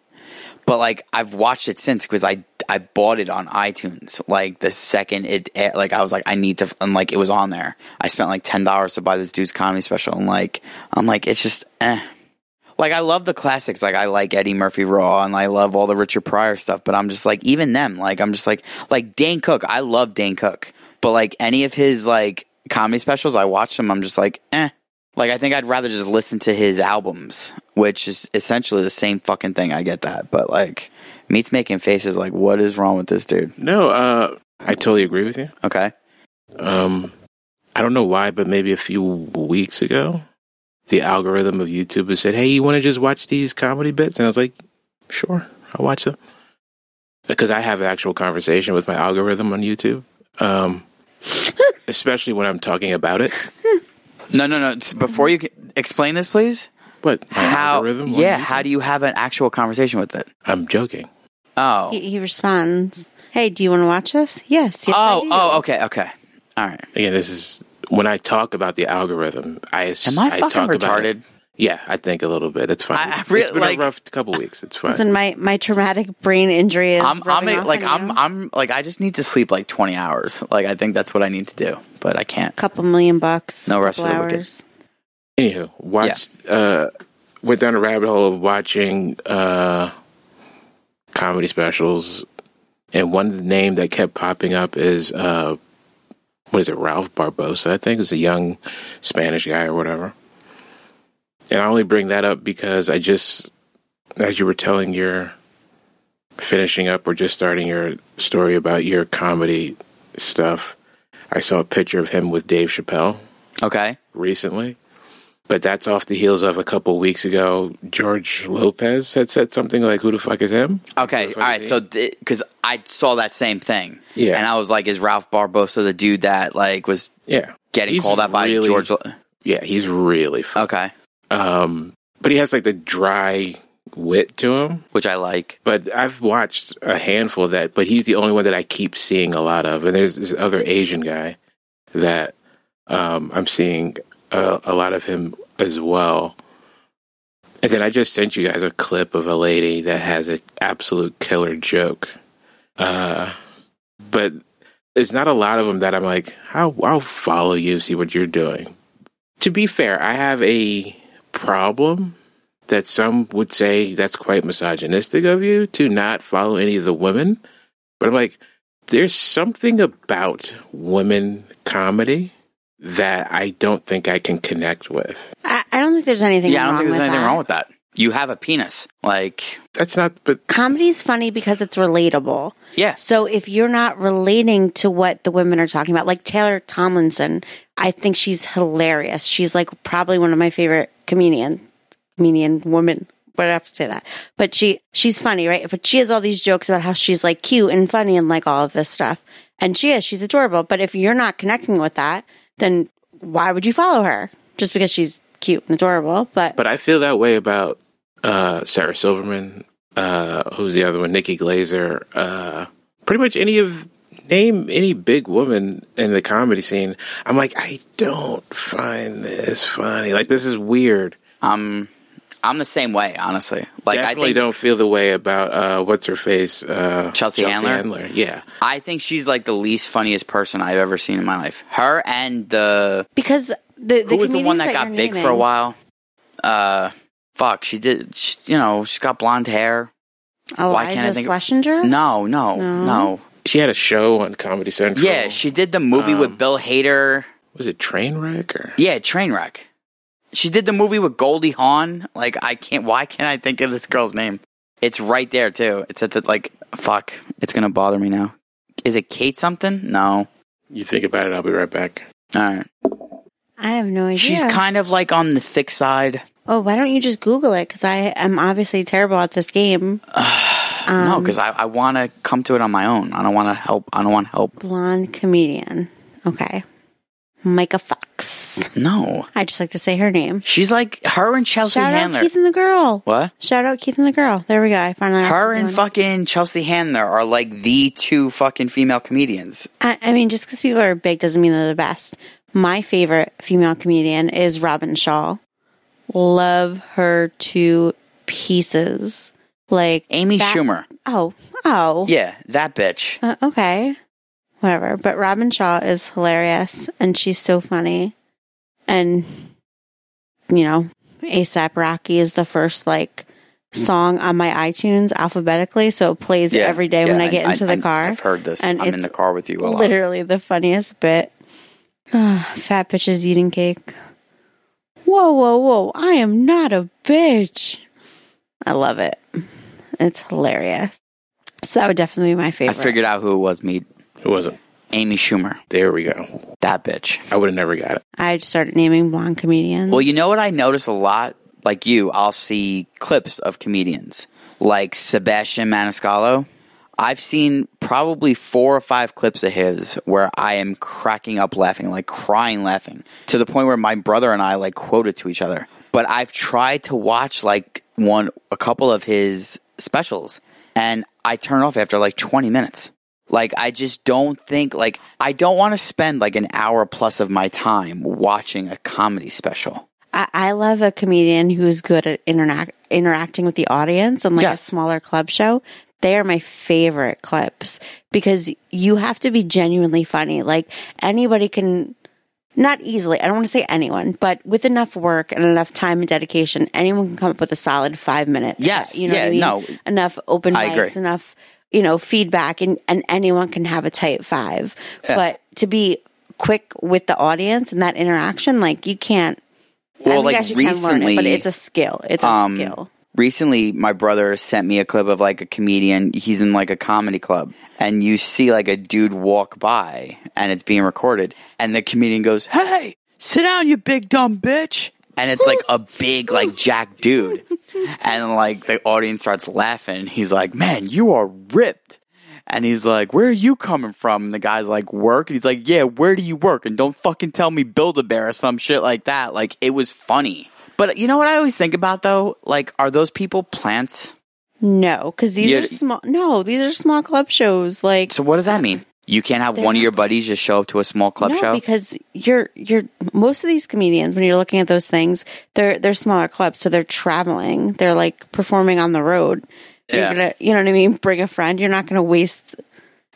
Speaker 2: But like I've watched it since because I I bought it on iTunes. Like the second it eh, like I was like I need to and like it was on there. I spent like ten dollars to buy this dude's comedy special and like I'm like it's just eh. Like I love the classics. Like I like Eddie Murphy Raw and I love all the Richard Pryor stuff. But I'm just like even them. Like I'm just like like Dane Cook. I love Dane Cook. But like any of his like comedy specials, I watch them. I'm just like eh. Like I think I'd rather just listen to his albums, which is essentially the same fucking thing. I get that, but like Meat's making faces like what is wrong with this dude?
Speaker 1: No, uh, I totally agree with you.
Speaker 2: Okay.
Speaker 1: Um, I don't know why, but maybe a few weeks ago, the algorithm of YouTube has said, "Hey, you want to just watch these comedy bits?" And I was like, "Sure, I'll watch them," because I have an actual conversation with my algorithm on YouTube, um, especially when I'm talking about it.
Speaker 2: No, no, no. It's- Before you can, explain this, please.
Speaker 1: But my
Speaker 2: How?
Speaker 1: algorithm? on
Speaker 2: Yeah.
Speaker 1: YouTube-
Speaker 2: How do you have an actual conversation with it?
Speaker 1: I'm joking.
Speaker 2: Oh.
Speaker 3: He, he responds, "Hey, do you want to watch this?" Yes. yes I
Speaker 2: oh.
Speaker 3: do."
Speaker 2: Oh. Okay. Okay. All right.
Speaker 1: Again, this is when I talk about the algorithm. I
Speaker 2: Am I, fucking
Speaker 1: talk about it-
Speaker 2: retarded?
Speaker 1: Yeah, I think a little bit. It's fine.
Speaker 2: I- I
Speaker 1: It's-
Speaker 2: re-
Speaker 1: it's been
Speaker 2: like-
Speaker 1: a rough couple weeks. It's fine.
Speaker 3: Listen, my my traumatic brain injury is.
Speaker 2: I'm. I'm
Speaker 3: rubbing
Speaker 2: a-
Speaker 3: off
Speaker 2: like.
Speaker 3: on
Speaker 2: I'm.
Speaker 3: you.
Speaker 2: I'm like. I just need to sleep like 20 hours. Like I think that's what I need to do, but I can't.
Speaker 3: couple million bucks.
Speaker 2: No rest
Speaker 3: couple
Speaker 2: for the wicked.
Speaker 3: hours.
Speaker 1: Anywho, watched uh went down a rabbit hole of watching uh comedy specials and one name that kept popping up is uh what is it, Ralph Barbosa, I think is a young Spanish guy or whatever. And I only bring that up because I just as you were telling your finishing up or just starting your story about your comedy stuff, I saw a picture of him with Dave Chappelle
Speaker 2: Okay.
Speaker 1: recently. But that's off the heels of a couple weeks ago. George Lopez had said something like, "Who the fuck is him?"
Speaker 2: Okay. All
Speaker 1: Fucking
Speaker 2: right.
Speaker 1: me.
Speaker 2: So, because I saw that same thing.
Speaker 1: Yeah.
Speaker 2: And I was like, is Ralph Barbosa the dude that like was
Speaker 1: Yeah,
Speaker 2: getting
Speaker 1: He's
Speaker 2: called out by
Speaker 1: really-
Speaker 2: George? Lo-
Speaker 1: yeah, he's really. F-
Speaker 2: Okay.
Speaker 1: um, but he has like the dry wit to him.
Speaker 2: Which I like.
Speaker 1: But I've watched a handful of that. But he's the only one that I keep seeing a lot of. And there's this other Asian guy that um, I'm seeing uh, a, a lot of him as well. And then I just sent you guys a clip of a lady that has an absolute killer joke. Uh, but it's not a lot of them that I'm like, I'll, I'll follow you, see what you're doing. To be fair, I have a problem that some would say that's quite misogynistic of you to not follow any of the women. But I'm like, there's something about women comedy that I don't think I can connect with.
Speaker 3: I, I don't think there's anything.
Speaker 2: yeah, I don't
Speaker 3: wrong
Speaker 2: think there's
Speaker 3: with
Speaker 2: anything
Speaker 3: that.
Speaker 2: wrong with that. You have a penis. Like,
Speaker 1: That's not, but
Speaker 3: Comedy's funny because it's relatable.
Speaker 2: yes.
Speaker 3: So if you're not relating to what the women are talking about, like Taylor Tomlinson, I think she's hilarious. She's like probably one of my favorite comedian, comedian woman. But I have to say that. But she she's funny, right? But she has all these jokes about how she's like cute and funny and like all of this stuff. And she is, she's adorable. But if you're not connecting with that, then why would you follow her? Just because she's cute and adorable. But,
Speaker 1: but I feel that way about uh, Sarah Silverman, uh, who's the other one, Nikki Glazer, uh, pretty much any of name any big woman in the comedy scene. I'm like, I don't find this funny. Like this is weird.
Speaker 2: Um, I'm the same way, honestly. Like, I
Speaker 1: Definitely
Speaker 2: think
Speaker 1: don't feel the way about uh, what's her face, uh,
Speaker 2: Chelsea Handler?
Speaker 1: Yeah,
Speaker 2: I think she's like the least funniest person I've ever seen in my life. Her and the
Speaker 3: because the, the
Speaker 2: who was the one
Speaker 3: comedians
Speaker 2: that got
Speaker 3: you're
Speaker 2: big for a
Speaker 3: naming-
Speaker 2: while. Uh, fuck, she did. She, you know, she's got blonde hair. Why
Speaker 3: Elijah
Speaker 2: can't I think of-
Speaker 3: Schlesinger?
Speaker 2: No, no,
Speaker 3: No.
Speaker 2: no.
Speaker 1: she had a show on Comedy Central.
Speaker 2: Yeah, she did the movie with
Speaker 1: Um,
Speaker 2: Bill Hader.
Speaker 1: was it Trainwreck or
Speaker 2: Yeah, Trainwreck. She did the movie with Goldie Hawn. Like, I can't. Why can't I think of this girl's name? It's right there too. It's at the like. Fuck. It's gonna bother me now. Is it Kate something? No.
Speaker 1: you think about it. I'll be right back.
Speaker 2: All right.
Speaker 3: I have no idea.
Speaker 2: She's kind of like on the thick side.
Speaker 3: Oh, why don't you just Google it? Because I am obviously terrible at this game.
Speaker 2: no,
Speaker 3: Um,
Speaker 2: because I, I want to come to it on my own. I don't want to help. I don't want help.
Speaker 3: Blonde comedian. Okay. Micah Fox.
Speaker 2: Yes. No.
Speaker 3: I just like to say her name.
Speaker 2: She's like her and Chelsea
Speaker 3: Shout
Speaker 2: Handler.
Speaker 3: out Keith and the girl.
Speaker 2: what?
Speaker 3: Shout out Keith and the girl. There we go. I finally got
Speaker 2: Her and
Speaker 3: something.
Speaker 2: fucking Chelsea Handler are like the two fucking female comedians.
Speaker 3: I, I mean, just because people are big doesn't mean they're the best. My favorite female comedian is Robin Shaw. Love her to pieces. Like
Speaker 2: Amy
Speaker 3: that-
Speaker 2: Schumer.
Speaker 3: Oh, oh,
Speaker 2: Yeah, that bitch.
Speaker 3: Uh, okay, whatever. But Robin Shaw is hilarious, and she's so funny. And you know, ASAP Rocky is the first like song on my iTunes alphabetically, so it plays
Speaker 2: Yeah,
Speaker 3: every day when
Speaker 2: yeah,
Speaker 3: I get into the
Speaker 2: I-
Speaker 3: car.
Speaker 2: I've heard this.
Speaker 3: and
Speaker 2: I'm in
Speaker 3: it's
Speaker 2: the car with you a lot.
Speaker 3: Literally the funniest bit. Ah, fat bitches eating cake. Whoa, whoa, whoa. I am not a bitch. I love it. It's hilarious. So that would definitely be my
Speaker 2: I
Speaker 3: favorite.
Speaker 2: figured out who it was, me.
Speaker 1: It wasn't.
Speaker 2: Amy Schumer.
Speaker 1: There we go.
Speaker 2: That bitch.
Speaker 1: I would have never got it.
Speaker 3: I just started naming blonde comedians.
Speaker 2: Well, you know what I notice a lot? Like you, I'll see clips of comedians like Sebastian Maniscalco. I've seen probably four or five clips of his where I am cracking up laughing, like crying laughing, to the point where my brother and I like quoted to each other. But I've tried to watch like one, a couple of his specials, and I turn off after like 20 minutes. Like I just don't think like I don't want to spend like an hour plus of my time watching a comedy special.
Speaker 3: I, I love a comedian who's good at interact, interacting with the audience on like
Speaker 2: Yes.
Speaker 3: a smaller club show. They are my favorite clips because you have to be genuinely funny. Like anybody can, not easily, I don't want to say anyone, but with enough work and enough time and dedication, anyone can come up with a solid five minutes.
Speaker 2: Yes,
Speaker 3: You know what
Speaker 2: yeah,
Speaker 3: I mean?
Speaker 2: no.
Speaker 3: Enough open
Speaker 2: I agree.
Speaker 3: mics, enough, you know, feedback and, and anyone can have a tight five. But to be quick with the audience and that interaction, like you can't,
Speaker 2: Well,
Speaker 3: I think
Speaker 2: like,
Speaker 3: I should kinda learn
Speaker 2: recently-
Speaker 3: it, but it's a skill. It's a
Speaker 2: Um,
Speaker 3: skill.
Speaker 2: Recently, my brother sent me a clip of like a comedian. He's in like a comedy club, and you see like a dude walk by, and it's being recorded. And the comedian goes, "Hey, sit down, you big dumb bitch!" And it's like a big like jack dude, and like the audience starts laughing. He's like, "Man, you are ripped." And he's like, Where are you coming from? And the guy's like, Work. And he's like, Yeah, where do you work? And don't fucking tell me Build a Bear or some shit like that. Like, it was funny. But you know what I always think about though? Like, are those people plants?
Speaker 3: No, because these
Speaker 2: Yeah.
Speaker 3: are small. No, these are small club shows. Like
Speaker 2: So what does that mean? You can't have
Speaker 3: They're
Speaker 2: one of
Speaker 3: not-
Speaker 2: your buddies just show up to a small club
Speaker 3: no,
Speaker 2: show?
Speaker 3: because you're you're most of these comedians when you're looking at those things, they're they're smaller clubs, so they're traveling. They're like performing on the road.
Speaker 2: Yeah.
Speaker 3: You're gonna, you know what I mean. Bring a friend. You're not going to waste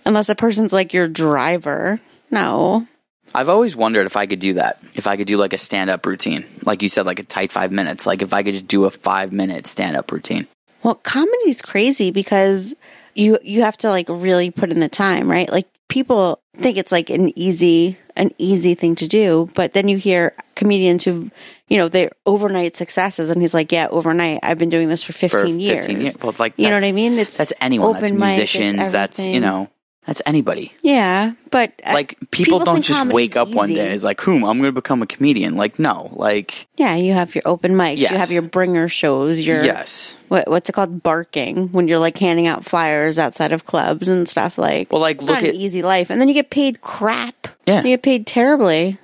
Speaker 3: unless a person's like your driver. No,
Speaker 2: I've always wondered if I could do that. If I could do like a stand up routine. Like you said, like a tight five minutes. Like if I could just do a five minute stand up routine.
Speaker 3: Well, comedy's crazy because you you have to like really put in the time, right? Like people think it's like an easy an easy thing to do, but then you hear comedians who, you know, they're overnight successes, and he's like, "Yeah, overnight. I've been doing this for
Speaker 2: For
Speaker 3: fifteen years."
Speaker 2: Well, like
Speaker 3: You know what
Speaker 2: that's-
Speaker 3: I mean? It's
Speaker 2: That's anyone. That's
Speaker 3: open mic, it's
Speaker 2: musicians. that's you
Speaker 3: everything.
Speaker 2: know. That's anybody.
Speaker 3: yeah, but uh,
Speaker 2: like people,
Speaker 3: people
Speaker 2: don't
Speaker 3: think
Speaker 2: just
Speaker 3: comedy's
Speaker 2: wake up one
Speaker 3: easy.
Speaker 2: day it's like whom i'm gonna become a comedian like no like
Speaker 3: yeah, you have your open mics,
Speaker 2: Yes.
Speaker 3: you have your bringer shows, your
Speaker 2: yes
Speaker 3: what, what's it called, barking when you're like handing out flyers outside of clubs and stuff like.
Speaker 2: well like
Speaker 3: it's
Speaker 2: look
Speaker 3: not
Speaker 2: at
Speaker 3: an e- easy life, and then you get paid crap.
Speaker 2: Yeah.
Speaker 3: you get paid terribly.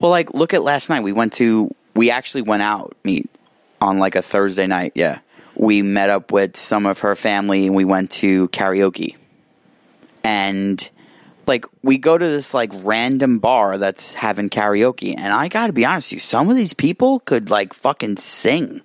Speaker 2: well like look at last night we went to we actually went out meet on like a thursday night yeah we met up with some of her family and we went to karaoke and like we go to this like random bar that's having karaoke and i gotta be honest with you some of these people could like fucking sing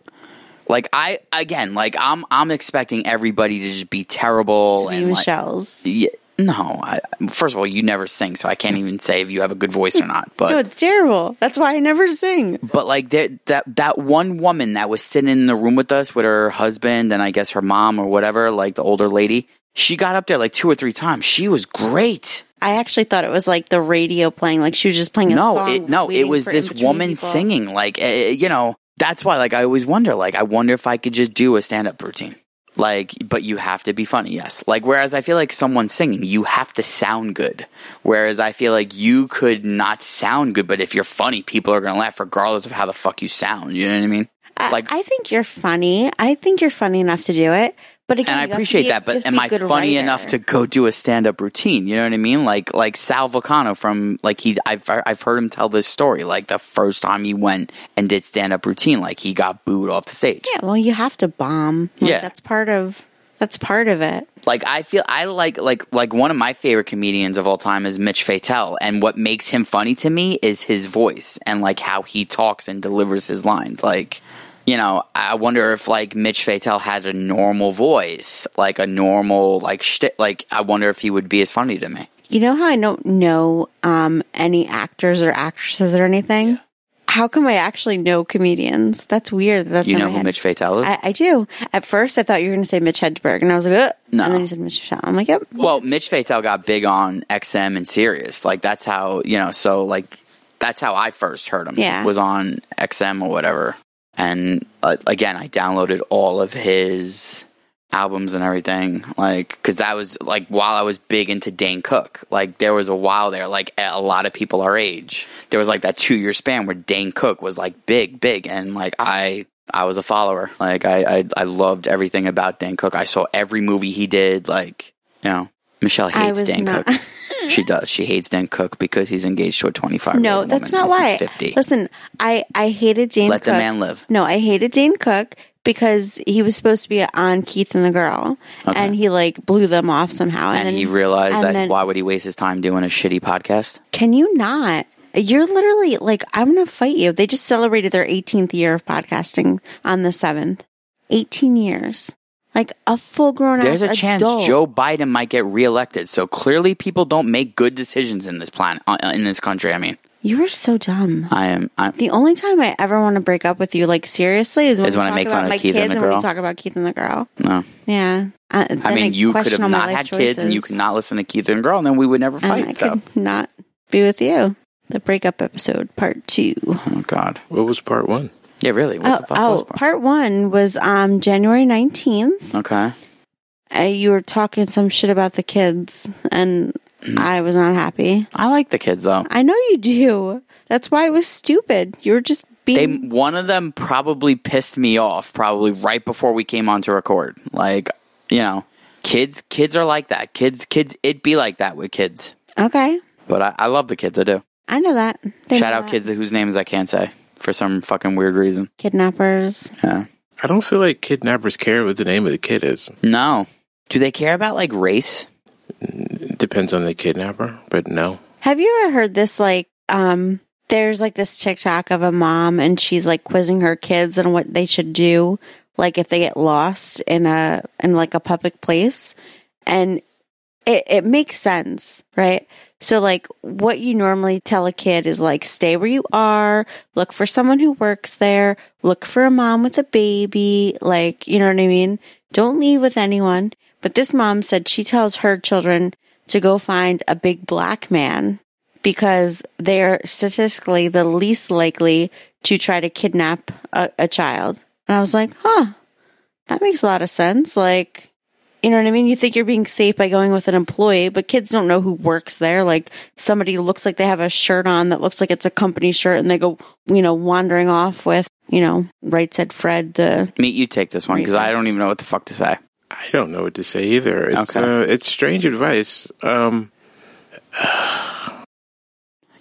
Speaker 2: like i again like i'm i'm expecting everybody to just be terrible
Speaker 3: to be
Speaker 2: and like,
Speaker 3: Michelle's.
Speaker 2: yeah, no I, first of all you never sing so i can't even say if you have a good voice or not but
Speaker 3: no, Oh, it's terrible. That's why I never sing.
Speaker 2: but like that, that that one woman that was sitting in the room with us with her husband and I guess her mom or whatever, like the older lady, she got up there like two or three times. She was great.
Speaker 3: I actually thought it was like the radio playing, like she was just playing a
Speaker 2: No,
Speaker 3: song.
Speaker 2: it, no, it
Speaker 3: waiting
Speaker 2: was
Speaker 3: for
Speaker 2: this
Speaker 3: in-between
Speaker 2: woman
Speaker 3: people.
Speaker 2: singing. Like uh, you know, that's why. Like I always wonder. Like I wonder if I could just do a stand up routine. Like, but you have to be funny, yes. Like, whereas I feel like someone singing, you have to sound good. Whereas I feel like you could not sound good, but if you're funny, people are gonna laugh regardless of how the fuck you sound. You know what I mean?
Speaker 3: I,
Speaker 2: like-
Speaker 3: I think you're funny. I think you're funny enough to do it, But again,
Speaker 2: and I
Speaker 3: you have to
Speaker 2: appreciate that,
Speaker 3: be- you have
Speaker 2: but
Speaker 3: to
Speaker 2: am
Speaker 3: be a
Speaker 2: I
Speaker 3: good
Speaker 2: funny
Speaker 3: writer.
Speaker 2: enough to go do a stand up routine? You know what I mean? Like like Sal Vulcano from like he I've I've heard him tell this story. Like the first time he went and did stand up routine, like he got booed off the stage.
Speaker 3: Yeah, well, you have to bomb. Like,
Speaker 2: Yeah.
Speaker 3: that's part of that's part of it.
Speaker 2: Like I feel I like like like one of my favorite comedians of all time is Mitch Fatel, and what makes him funny to me is his voice and like how he talks and delivers his lines. Like you know, I wonder if like Mitch Fatel had a normal voice, like a normal like shtick. Like I wonder if he would be as funny to me.
Speaker 3: You know how I don't know um, any actors or actresses or anything. How come I actually know comedians? That's weird. that That's
Speaker 2: you
Speaker 3: in
Speaker 2: know
Speaker 3: my
Speaker 2: who
Speaker 3: head.
Speaker 2: Mitch Fatel is?
Speaker 3: I, I do. At first, I thought you were going to say Mitch Hedberg, and I was like, Ugh.
Speaker 2: No.
Speaker 3: And then you said Mitch Hedberg. I'm like, yep.
Speaker 2: well, Mitch Fatel got big on XM and Sirius. Like that's how you know. So like that's how I first heard him.
Speaker 3: Yeah.
Speaker 2: was on XM or whatever. And uh, again, I downloaded all of his albums and everything. Like because that was like while I was big into Dane Cook. Like there was a while there. Like a lot of people our age, there was like that two year span where Dane Cook was like big, big, and like I I was a follower. Like I, I, I loved everything about Dan Cook. I saw every movie he did. Like you know, Michelle
Speaker 3: I
Speaker 2: hates
Speaker 3: was
Speaker 2: Dan
Speaker 3: not.
Speaker 2: Cook. She does. She hates Dan Cook because he's engaged to a twenty five.
Speaker 3: no, that's not why.
Speaker 2: Fifty.
Speaker 3: Listen, I I hated Jane.
Speaker 2: Let the
Speaker 3: Cook.
Speaker 2: man live.
Speaker 3: No, I hated Dane Cook because he was supposed to be on Keith and the Girl,
Speaker 2: Okay.
Speaker 3: and he like blew them off somehow. And,
Speaker 2: And,
Speaker 3: then
Speaker 2: he realized
Speaker 3: and
Speaker 2: that
Speaker 3: then-
Speaker 2: why would he waste his time doing a shitty podcast?
Speaker 3: can you not? You're literally like, I'm gonna fight you. They just celebrated their 18th year of podcasting on the 7th. 18 years, like a full grown.
Speaker 2: There's a chance Joe Biden might get reelected. So clearly, people don't make good decisions in this planet, uh, in this country. I mean,
Speaker 3: You are so dumb.
Speaker 2: I am. I'm,
Speaker 3: The only time I ever want to break up with you, like seriously, is when,
Speaker 2: Is
Speaker 3: we
Speaker 2: when I
Speaker 3: talk
Speaker 2: make
Speaker 3: about
Speaker 2: fun of
Speaker 3: my
Speaker 2: Keith
Speaker 3: kids
Speaker 2: and the
Speaker 3: when
Speaker 2: girl.
Speaker 3: we talk about Keith and the girl.
Speaker 2: no.
Speaker 3: Yeah, I, then
Speaker 2: I mean, you could have
Speaker 3: question all my
Speaker 2: not
Speaker 3: life
Speaker 2: had kids, and you
Speaker 3: choices.
Speaker 2: could not listen to Keith and Girl, and then we would never
Speaker 3: And
Speaker 2: fight.
Speaker 3: I
Speaker 2: so.
Speaker 3: could not be with you. The breakup episode, part two.
Speaker 2: Oh God!
Speaker 1: What was part one?
Speaker 2: Yeah, really. What
Speaker 3: oh,
Speaker 2: the fuck
Speaker 3: oh,
Speaker 2: was
Speaker 3: part? one was um January nineteenth.
Speaker 2: Okay.
Speaker 3: Uh, you were talking some shit about the kids, and
Speaker 2: Mm.
Speaker 3: I was not happy.
Speaker 2: I like the kids though.
Speaker 3: I know you do. That's why it was stupid. You were just
Speaker 2: They
Speaker 3: being.
Speaker 2: one of them probably pissed me off probably right before we came on to record. Like, you know, kids kids are like that. Kids kids it'd be like that with kids.
Speaker 3: okay,
Speaker 2: But I, I love the kids, I do.
Speaker 3: I know that. They
Speaker 2: Shout
Speaker 3: know
Speaker 2: out
Speaker 3: that.
Speaker 2: kids whose names I can't say for some fucking weird reason.
Speaker 3: kidnappers.
Speaker 2: Yeah.
Speaker 1: I don't feel like kidnappers care what the name of the kid is.
Speaker 2: No. Do they care about like race?
Speaker 1: It depends on the kidnapper, but no.
Speaker 3: Have you ever heard this? Like, um, there's like this TikTok of a mom and she's like quizzing her kids on what they should do, like if they get lost in a in like a public place, and it it makes sense, right? So like what you normally tell a kid is like stay where you are, look for someone who works there, look for a mom with a baby, like you know what I mean? Don't leave with anyone. But this mom said she tells her children to go find a big black man because they're statistically the least likely to try to kidnap a, a child. And I was like, huh, that makes a lot of sense. Like, you know what I mean? You think you're being safe by going with an employee, but kids don't know who works there. Like somebody looks like they have a shirt on that looks like it's a company shirt and they go, you know, wandering off with, you know, right said Fred, the
Speaker 2: Meet you take this one because I don't even know what the fuck to say.
Speaker 1: I don't know what to say either. It's
Speaker 2: Okay.
Speaker 1: uh, it's strange advice. Um,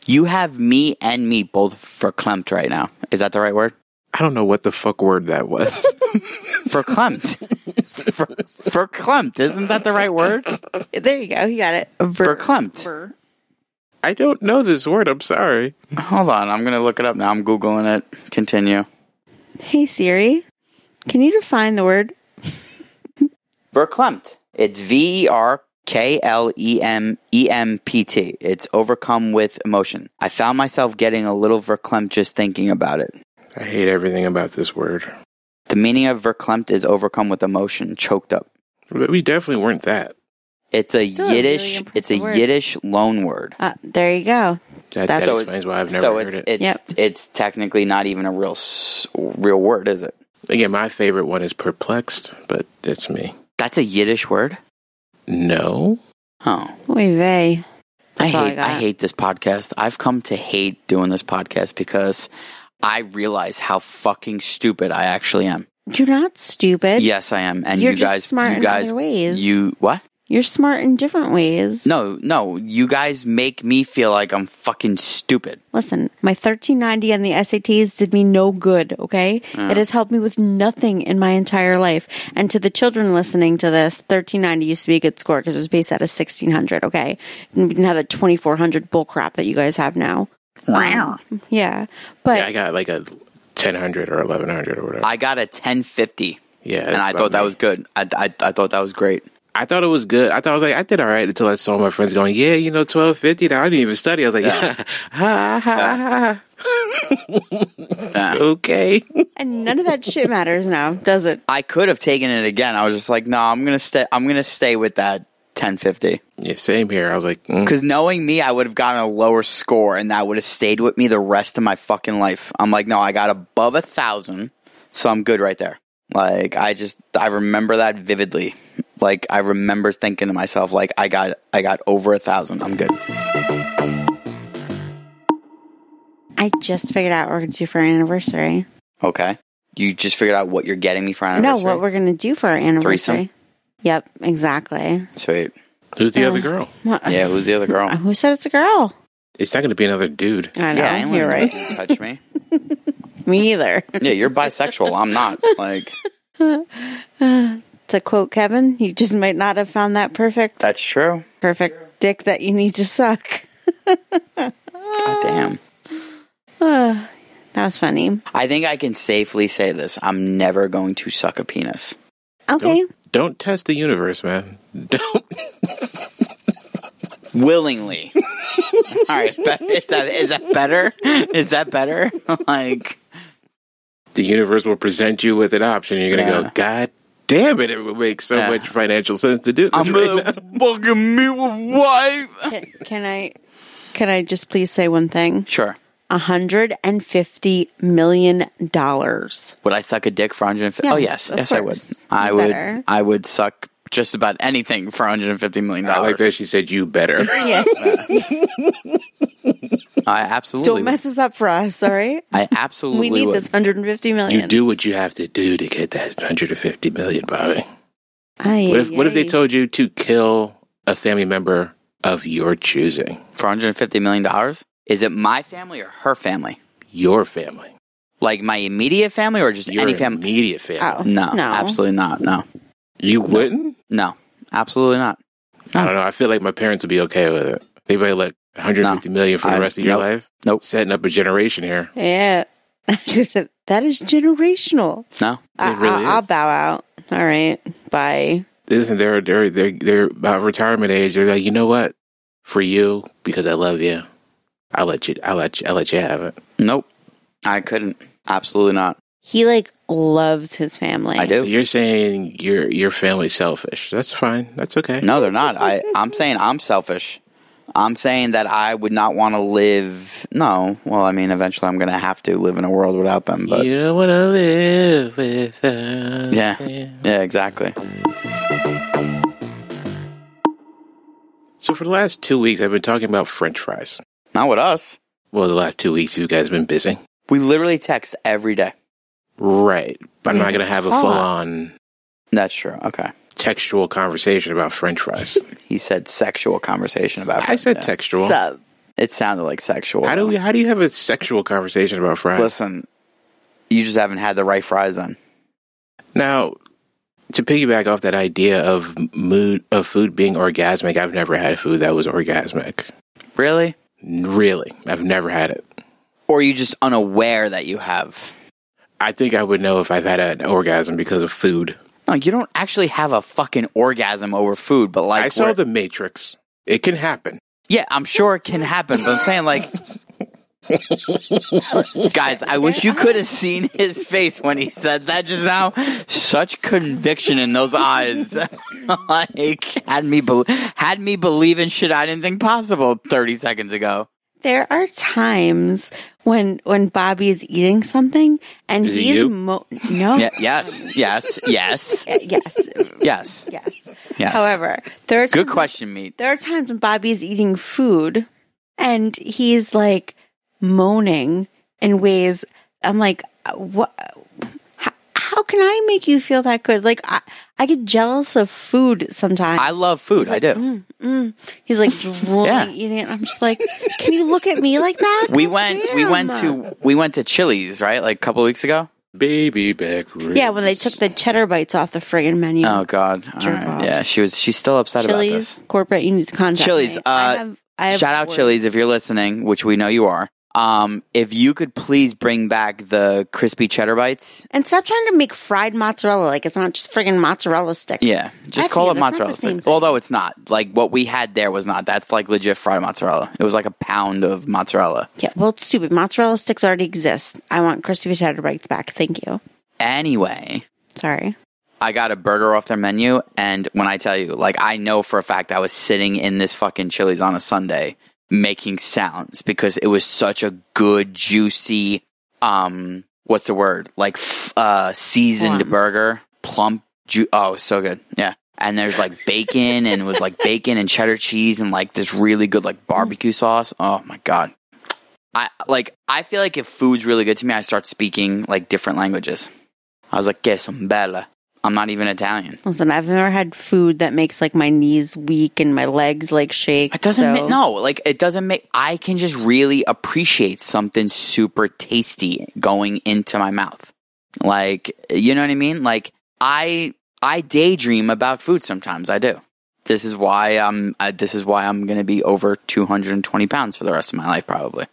Speaker 2: You have me and me both verklempt right now. Is that the right word?
Speaker 1: I don't know what the fuck word that was.
Speaker 2: Verklempt. Ver- verklempt. Isn't that the right word?
Speaker 3: there you go. You got it. Ver-
Speaker 2: Verklempt.
Speaker 3: ver-
Speaker 1: I don't know this word. I'm sorry.
Speaker 2: Hold on. I'm going to look it up now. I'm Googling it. Continue.
Speaker 3: Hey Siri, can you define the word
Speaker 2: Verklempt. It's V E R K L E M E M P T. It's overcome with emotion. I found myself getting a little verklempt just thinking about it.
Speaker 1: I hate everything about this word.
Speaker 2: The meaning of verklempt is overcome with emotion, choked up.
Speaker 1: But we definitely weren't that.
Speaker 2: It's a
Speaker 3: Still a really
Speaker 2: Yiddish. it's a
Speaker 3: impressive word.
Speaker 2: Yiddish loan word.
Speaker 3: Uh, there you go.
Speaker 1: That,
Speaker 3: That's-
Speaker 1: that
Speaker 2: So it's-
Speaker 1: explains why I've never
Speaker 2: so
Speaker 1: heard
Speaker 2: it's
Speaker 1: it.
Speaker 2: it's
Speaker 3: Yep.
Speaker 2: it's technically not even a real s- real word, is it?
Speaker 1: Again, my favorite one is perplexed, but that's me.
Speaker 2: That's a Yiddish word.
Speaker 1: No,
Speaker 2: Oh,
Speaker 3: Oy
Speaker 2: I
Speaker 3: vey. That's all I
Speaker 2: hate I,
Speaker 3: got.
Speaker 2: hate this podcast. I've come to hate doing this podcast because I realize how fucking stupid I actually am.
Speaker 3: You're not stupid.
Speaker 2: Yes, I am. And
Speaker 3: You're
Speaker 2: you
Speaker 3: just
Speaker 2: guys,
Speaker 3: smart
Speaker 2: you
Speaker 3: in
Speaker 2: guys,
Speaker 3: other ways.
Speaker 2: you what?
Speaker 3: You're smart in different ways.
Speaker 2: No, no. You guys make me feel like I'm fucking stupid.
Speaker 3: Listen, my 1390 on the SATs did me no good, okay? It has helped me with nothing in my entire life. And to the children listening to this, 1390 used to be a good score because it was based out of 1600, okay? And we didn't have the 2400 bullcrap that you guys have now.
Speaker 2: Wow.
Speaker 3: Yeah. But
Speaker 1: yeah, I got like a 1000 or 1100 or whatever.
Speaker 2: I got a 1050.
Speaker 1: Yeah, that's
Speaker 2: and I
Speaker 1: about
Speaker 2: thought that
Speaker 1: me.
Speaker 2: was good. I, I, I thought that was great.
Speaker 1: I thought it was good. I thought I was like, I did all right until I saw my friends going, yeah, you know, twelve fifty. I didn't even study. I was like, ha ha ha. ha. okay.
Speaker 3: and none of that shit matters now, does it?
Speaker 2: I could have taken it again. I was just like, no, I'm gonna stay. I'm gonna stay with that 1050
Speaker 1: Yeah, same here. I was like, mm.
Speaker 2: because knowing me, I would have gotten a lower score, and that would have stayed with me the rest of my fucking life. I'm like, no, I got above a thousand, so I'm good right there. Like, I just I remember that vividly. Like, I remember thinking to myself, like, I got I got over a thousand. I'm good.
Speaker 3: I just figured out what we're going to do for our anniversary.
Speaker 2: Okay. You just figured out what you're getting me for
Speaker 3: No,
Speaker 2: anniversary.
Speaker 3: what we're going to do for our anniversary.
Speaker 2: Threesome?
Speaker 3: Yep, exactly.
Speaker 2: Sweet.
Speaker 1: who's the other girl?
Speaker 3: What-
Speaker 2: Yeah. Who's the other girl?
Speaker 3: Who said it's a girl?
Speaker 1: It's not going to be another dude.
Speaker 3: I know.
Speaker 2: yeah, I ain't
Speaker 3: you're
Speaker 2: letting
Speaker 3: right.
Speaker 2: you Touch me.
Speaker 3: Me either.
Speaker 2: Yeah, you're bisexual. I'm not. Like
Speaker 3: To quote Kevin, you just might not have found that perfect
Speaker 2: that's true.
Speaker 3: perfect dick that you need to suck.
Speaker 2: God damn.
Speaker 3: That was funny.
Speaker 2: I think I can safely say this. I'm never going to suck a penis.
Speaker 3: Okay.
Speaker 1: Don't, don't test the universe, man. Don't.
Speaker 2: Willingly. All right. but Is that, is that better? Is that better? like,
Speaker 1: The universe will present you with an option. You're going to
Speaker 2: Yeah.
Speaker 1: go, God damn it. It would make so
Speaker 2: Yeah.
Speaker 1: much financial sense to do this
Speaker 2: I'm
Speaker 1: right
Speaker 2: going
Speaker 1: now.
Speaker 2: to fucking meet with wife.
Speaker 3: Can, can I can I just please say one thing?
Speaker 2: Sure.
Speaker 3: hundred and fifty million dollars.
Speaker 2: Would I suck a dick for 150? oh yes,
Speaker 3: Yes, of
Speaker 2: yes I would.
Speaker 3: course.
Speaker 2: I
Speaker 3: You
Speaker 2: would.
Speaker 3: better.
Speaker 2: I would suck just about anything for 150 million
Speaker 1: I
Speaker 2: dollars.
Speaker 1: like that she said, you better.
Speaker 3: Yeah.
Speaker 2: I absolutely.
Speaker 3: Don't mess this up for us, all right?
Speaker 2: would. I absolutely.
Speaker 3: We need
Speaker 2: would.
Speaker 3: this hundred and fifty million.
Speaker 1: You do what you have to do to get that 150 million, Bobby.
Speaker 3: Aye,
Speaker 1: What if, what if they
Speaker 3: aye.
Speaker 1: told you to kill a family member of your choosing?
Speaker 2: for 150 million dollars. Is it my family or her family?
Speaker 1: Your family.
Speaker 2: Like my immediate family or just
Speaker 1: Your
Speaker 2: any family?
Speaker 1: immediate family.
Speaker 3: Oh
Speaker 2: No,
Speaker 3: no,
Speaker 2: absolutely not. No,
Speaker 1: You wouldn't?
Speaker 2: no, absolutely not.
Speaker 1: I don't know. I feel like my parents would be okay with it. They'd be like, 150 million for
Speaker 2: I-
Speaker 1: the rest of your
Speaker 2: nope.
Speaker 1: life?
Speaker 2: Nope.
Speaker 1: Setting up a generation here.
Speaker 3: Yeah. that is generational.
Speaker 2: No,
Speaker 3: I,
Speaker 1: It really
Speaker 3: I'll, I'll
Speaker 1: is.
Speaker 3: bow out. All right. Bye.
Speaker 1: Isn't their, their, their, their about retirement age? They're like, you know what? For you, because I love you, I'll let you, I'll let you, I'll let you have it.
Speaker 2: nope. I couldn't. Absolutely not.
Speaker 3: He like loves his family.
Speaker 2: I do.
Speaker 1: So you're saying your, your family's selfish. That's fine. That's okay.
Speaker 2: No, they're not. I, I'm saying I'm selfish. I'm saying that I would not want to live. No, well, I mean, eventually I'm going to have to live in a world without them. But
Speaker 1: you don't want to live without
Speaker 2: yeah,
Speaker 1: them.
Speaker 2: yeah, exactly.
Speaker 1: So for the last two weeks, I've been talking about French fries.
Speaker 2: Not with us.
Speaker 1: Well, the last two weeks, you guys been busy,
Speaker 2: We literally text every day.
Speaker 1: right? But I'm
Speaker 3: We
Speaker 1: not going to have a
Speaker 3: talk.
Speaker 1: full-on
Speaker 2: That's true. Okay.
Speaker 1: textual conversation about French fries.
Speaker 2: He said sexual conversation about.
Speaker 1: I said
Speaker 2: yeah.
Speaker 1: textual.
Speaker 3: Sup?
Speaker 2: It sounded like sexual.
Speaker 1: How do we? How do you have a sexual conversation about fries?
Speaker 2: Listen, you just haven't had the right fries then.
Speaker 1: Now, to piggyback off that idea of mood of food being orgasmic, I've never had food that was orgasmic.
Speaker 2: Really?
Speaker 1: Really, I've never had it.
Speaker 2: Or you just unaware that you have.
Speaker 1: I think I would know if I've had an orgasm because of food.
Speaker 2: No, you don't actually have a fucking orgasm over food, but like
Speaker 1: I saw
Speaker 2: we're-
Speaker 1: the Matrix. It can happen.
Speaker 2: Yeah, I'm sure it can happen, but I'm saying like Guys, I wish you could have seen his face when he said that just now. Such conviction in those eyes. like had me bel had me believe in shit I didn't think possible 30 seconds ago.
Speaker 3: There are times when when Bobby is eating something and
Speaker 1: Is it
Speaker 3: he's
Speaker 1: you?
Speaker 3: mo- no
Speaker 2: Yeah, yes, yes, yes.
Speaker 3: yes
Speaker 2: Yes.
Speaker 3: yes.
Speaker 2: Yes.
Speaker 3: However, there are
Speaker 2: good
Speaker 3: times-
Speaker 2: question, meat.
Speaker 3: There are times when Bobby is eating food and he's like moaning in ways I'm like what how, how can I make you feel that good? Like I, I get jealous of food sometimes.
Speaker 2: I love food. I do.
Speaker 3: Mm, mm. He's like drooling,
Speaker 2: Yeah.
Speaker 3: eating it. I'm just like, can you look at me like that?
Speaker 2: We
Speaker 3: God
Speaker 2: went. We went
Speaker 3: damn."
Speaker 2: to. We went to Chili's, right? Like a couple of weeks ago.
Speaker 1: Baby back ribs.
Speaker 3: yeah when they took the cheddar bites off the friggin' menu.
Speaker 2: Oh God. All
Speaker 3: Jerk
Speaker 2: right.
Speaker 3: offs.
Speaker 2: Yeah, she was. She's still upset about this.
Speaker 3: Chili's corporate you need to contact.
Speaker 2: Chili's,
Speaker 3: me. I
Speaker 2: uh,
Speaker 3: have- I have
Speaker 2: Shout out
Speaker 3: words.
Speaker 2: Chili's if you're listening, which we know you are. Um, if you could please bring back the crispy cheddar bites.
Speaker 3: And stop trying to make fried mozzarella. Like it's not just friggin' mozzarella stick.
Speaker 2: Yeah, just
Speaker 3: That's
Speaker 2: call
Speaker 3: you.
Speaker 2: it
Speaker 3: That's not the
Speaker 2: mozzarella.
Speaker 3: same
Speaker 2: sticks.
Speaker 3: thing.
Speaker 2: Although it's not like what we had there was not. That's like legit fried mozzarella. It was like a pound of mozzarella.
Speaker 3: Yeah, well, it's stupid. Mozzarella sticks already exist. I want crispy cheddar bites back. Thank you.
Speaker 2: Anyway,
Speaker 3: Sorry.
Speaker 2: I got a burger off their menu, and when I tell you, like, I know for a fact I was sitting in this fucking Chili's on a Sunday making sounds because it was such a good, juicy, um, what's the word? Like, f- uh, seasoned
Speaker 3: Plum.
Speaker 2: burger, plump, ju- oh, it was so good, yeah. And there's like bacon, and it was like bacon and cheddar cheese, and like this really good like barbecue sauce. Oh my god. I like. I feel like if food's really good to me, I start speaking like different languages. I was like, "Que son bella." I'm not even Italian.
Speaker 3: Listen, I've never had food that makes like my knees weak and my legs like shake.
Speaker 2: It doesn't
Speaker 3: so-
Speaker 2: make no, like it doesn't make. I can just really appreciate something super tasty going into my mouth. Like you know what I mean? Like I I daydream about food sometimes. I do. This is why I'm. Uh, this is why I'm going to be over 220 pounds for the rest of my life, probably.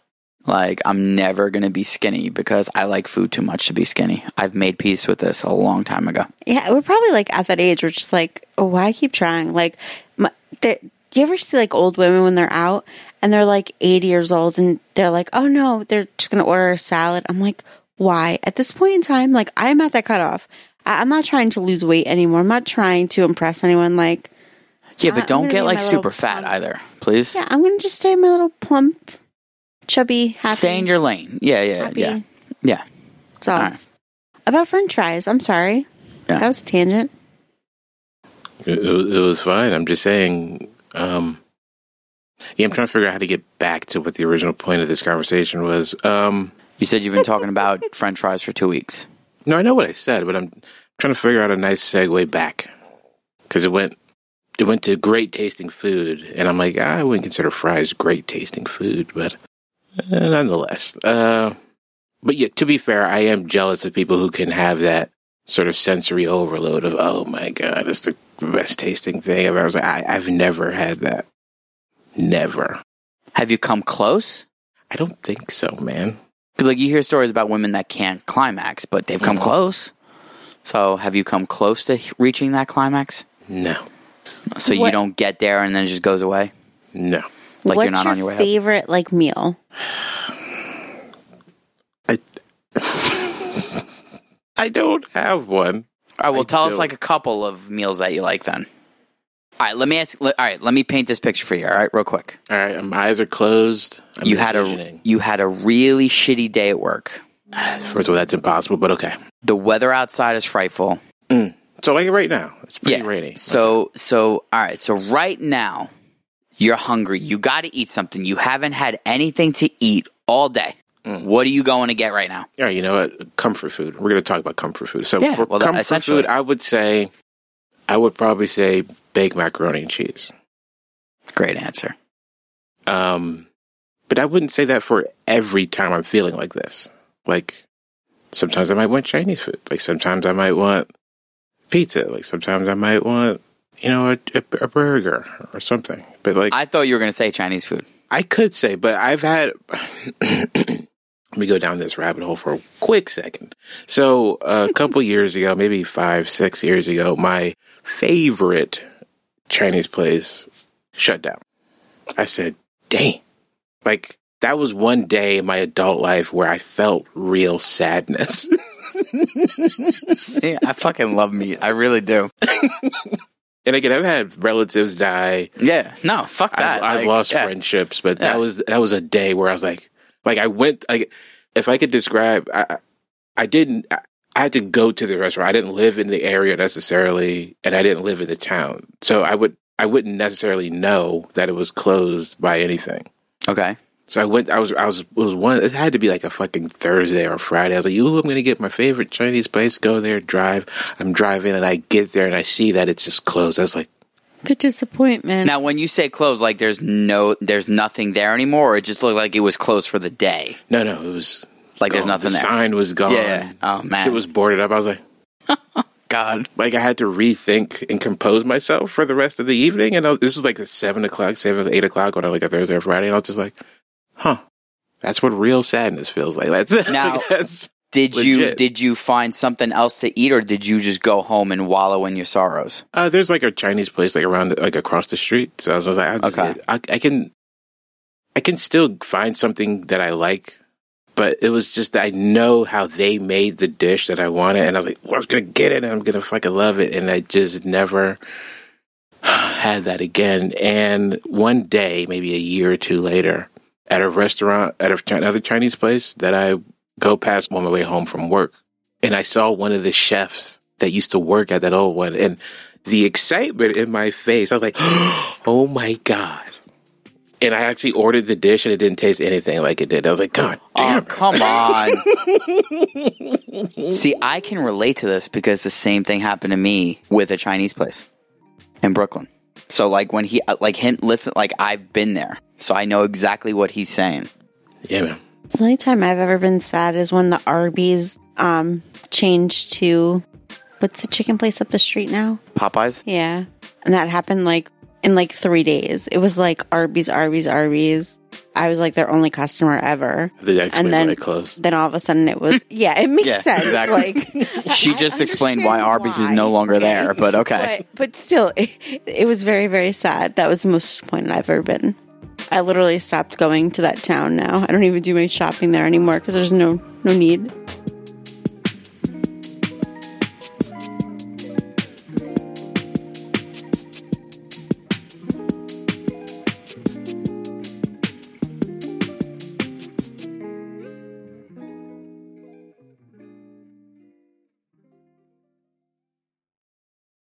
Speaker 2: Like I'm never going to be skinny because I like food too much to be skinny. I've made peace with this a long time ago.
Speaker 3: Yeah, we're probably like at that age. We're just like, oh, why keep trying? Like, my, the, do you ever see like old women when they're out and they're like 80 years old and they're like, oh no, they're just gonna order a salad? I'm like, why? At this point in time, like I'm at that cutoff. I, I'm not trying to lose weight anymore. I'm not trying to impress anyone. Like,
Speaker 2: Yeah, but
Speaker 3: I'm
Speaker 2: don't
Speaker 3: gonna
Speaker 2: get
Speaker 3: be
Speaker 2: like
Speaker 3: my little
Speaker 2: super fat
Speaker 3: plump.
Speaker 2: either, please.
Speaker 3: yeah, I'm gonna just stay in my little plump, chubby, happy.
Speaker 2: Stay in your lane. Yeah, yeah,
Speaker 3: happy
Speaker 2: yeah, yeah.
Speaker 3: self.
Speaker 2: All right.
Speaker 3: About French fries, I'm sorry.
Speaker 2: Yeah.
Speaker 3: That was a tangent.
Speaker 1: It, it was- it was fine. I'm just saying. Um, yeah, I'm trying to figure out how to get back to what the original point of this conversation was. Um,
Speaker 2: You said you've been talking about French fries for two weeks.
Speaker 1: no, I know what I said, but I'm trying to figure out a nice segue back because it went it went to great tasting food, and I'm like, "Ah, I wouldn't consider fries great tasting food, but uh, nonetheless. Uh, but yeah, to be fair, I am jealous of people who can have that sort of sensory overload of, oh my god, it's the best tasting thing ever. I was like, I, I've never had that, never.
Speaker 2: Have you come close?
Speaker 1: I don't think so, man.
Speaker 2: Because like you hear stories about women that can't climax, but they've come
Speaker 1: Mhm.
Speaker 2: close. So have you come close to h- reaching that climax?
Speaker 1: No,
Speaker 2: So you
Speaker 3: What-
Speaker 2: don't get there and then it just goes away.
Speaker 1: no.
Speaker 2: Like
Speaker 3: What's
Speaker 2: you're not
Speaker 3: your
Speaker 2: on your way. up.
Speaker 3: favorite like meal?
Speaker 1: I don't have one.
Speaker 2: All right, well,
Speaker 1: I
Speaker 2: tell us
Speaker 1: don't.
Speaker 2: like a couple of meals that you like then. All right, let me ask. le- All right, let me paint this picture for you. All right, real quick.
Speaker 1: All right, my eyes are closed. I'm
Speaker 2: you had a
Speaker 1: envisioning.
Speaker 2: you had a really shitty day at work.
Speaker 1: First of all, that's impossible, but okay.
Speaker 2: The weather outside is frightful.
Speaker 1: So like right now, it's pretty rainy.
Speaker 2: So so all right. So right now, you're hungry. You got to eat something. You haven't had anything to eat all day. What are you going to get right now?
Speaker 1: All right, you know what? Comfort food. We're going to talk about comfort food. So
Speaker 2: Yeah,
Speaker 1: for
Speaker 2: well, that-
Speaker 1: comfort
Speaker 2: essentially.
Speaker 1: food, I would say, I would probably say baked macaroni and cheese.
Speaker 2: Great answer.
Speaker 1: Um, but I wouldn't say that for every time I'm feeling like this. Like sometimes I might want Chinese food. Like sometimes I might want pizza. Like sometimes I might want you know a, a, a burger or something. But like
Speaker 2: I thought you were going to say Chinese food.
Speaker 1: I could say, but I've had. Let me go down this rabbit hole for a quick second. So, a couple years ago, maybe five, six years ago, my favorite Chinese place shut down. I said, dang. Like, that was one day in my adult life where I felt real sadness.
Speaker 2: See, I fucking love meat. I really do.
Speaker 1: and again, I've had relatives die.
Speaker 2: Yeah. No. Fuck that.
Speaker 1: I've, I've
Speaker 2: Like,
Speaker 1: lost
Speaker 2: yeah.
Speaker 1: friendships, but
Speaker 2: Yeah.
Speaker 1: that was that was a day where I was like, like I went, like if I could describe, I, I- I didn't, I, I had to go to the restaurant. I didn't live in the area necessarily, and I didn't live in the town, so I would I wouldn't necessarily know that it was closed by anything.
Speaker 2: Okay.
Speaker 1: So I went. I was. I was. It was one. It had to be like a fucking Thursday or Friday. I was like, "Ooh, I'm gonna get my favorite Chinese place. Go there, drive." I'm driving, and I get there, and I see that it's just closed. I was like,
Speaker 3: Good disappointment.
Speaker 2: Now, when you say closed, like there's no, there's nothing there anymore. Or it just looked like it was closed for the day.
Speaker 1: "No, no, it was
Speaker 2: Like there's
Speaker 1: gone.
Speaker 2: nothing
Speaker 1: The
Speaker 2: there.
Speaker 1: sign was gone.
Speaker 2: Yeah. Oh man.
Speaker 1: It was boarded up. I was like,
Speaker 2: God.
Speaker 1: like I had to rethink and compose myself for the rest of the evening. And I was, this was like a seven o'clock, seven eight o'clock on like a Thursday or Friday, and I was just like, "Huh, that's what real sadness feels like." That's
Speaker 2: Now-
Speaker 1: that's-
Speaker 2: Did you
Speaker 1: Legit.
Speaker 2: did you find something else to eat, or did you just go home and wallow in your sorrows?
Speaker 1: Uh, there's like a Chinese place like around like across the street. So I was, I was like, I'll just
Speaker 2: Okay.
Speaker 1: get- I, I can, I can still find something that I like, but it was just that I know how they made the dish that I wanted, and I was like, well, I was gonna get it, and I'm gonna fucking love it, and I just never had that again. And one day, maybe a year or two later, at a restaurant at a, Chi- another Chinese place that I go past on my way home from work, and I saw one of the chefs that used to work at that old one, and the excitement in my face. I was like, oh my God. And I actually ordered the dish and it didn't taste anything like it did. I was like, God damn.
Speaker 2: Oh, come on. See, I can relate to this because the same thing happened to me with a Chinese place in Brooklyn. So, like, when he, uh, like, him, listen, like, I've been there. So I know exactly what he's saying.
Speaker 1: Yeah, man.
Speaker 3: The only time I've ever been sad is when the Arby's um changed to what's the chicken place up the street now?
Speaker 2: Popeyes?
Speaker 3: Yeah. And that happened like in like three days. It was like Arby's, Arby's, Arby's. I was like their only customer ever.
Speaker 1: The next
Speaker 3: And
Speaker 1: place
Speaker 3: then-
Speaker 1: when it closed.
Speaker 3: Then all of a sudden it was yeah, it makes
Speaker 2: Yeah,
Speaker 3: sense.
Speaker 2: exactly.
Speaker 3: Like
Speaker 2: She
Speaker 3: I
Speaker 2: just explained
Speaker 3: understand
Speaker 2: why Arby's is
Speaker 3: why,
Speaker 2: no longer
Speaker 3: okay?
Speaker 2: there, but okay.
Speaker 3: But but still it, it was very, very sad. That was the most disappointed I've ever been. I literally stopped going to that town now. I don't even do my shopping there anymore because there's no no need.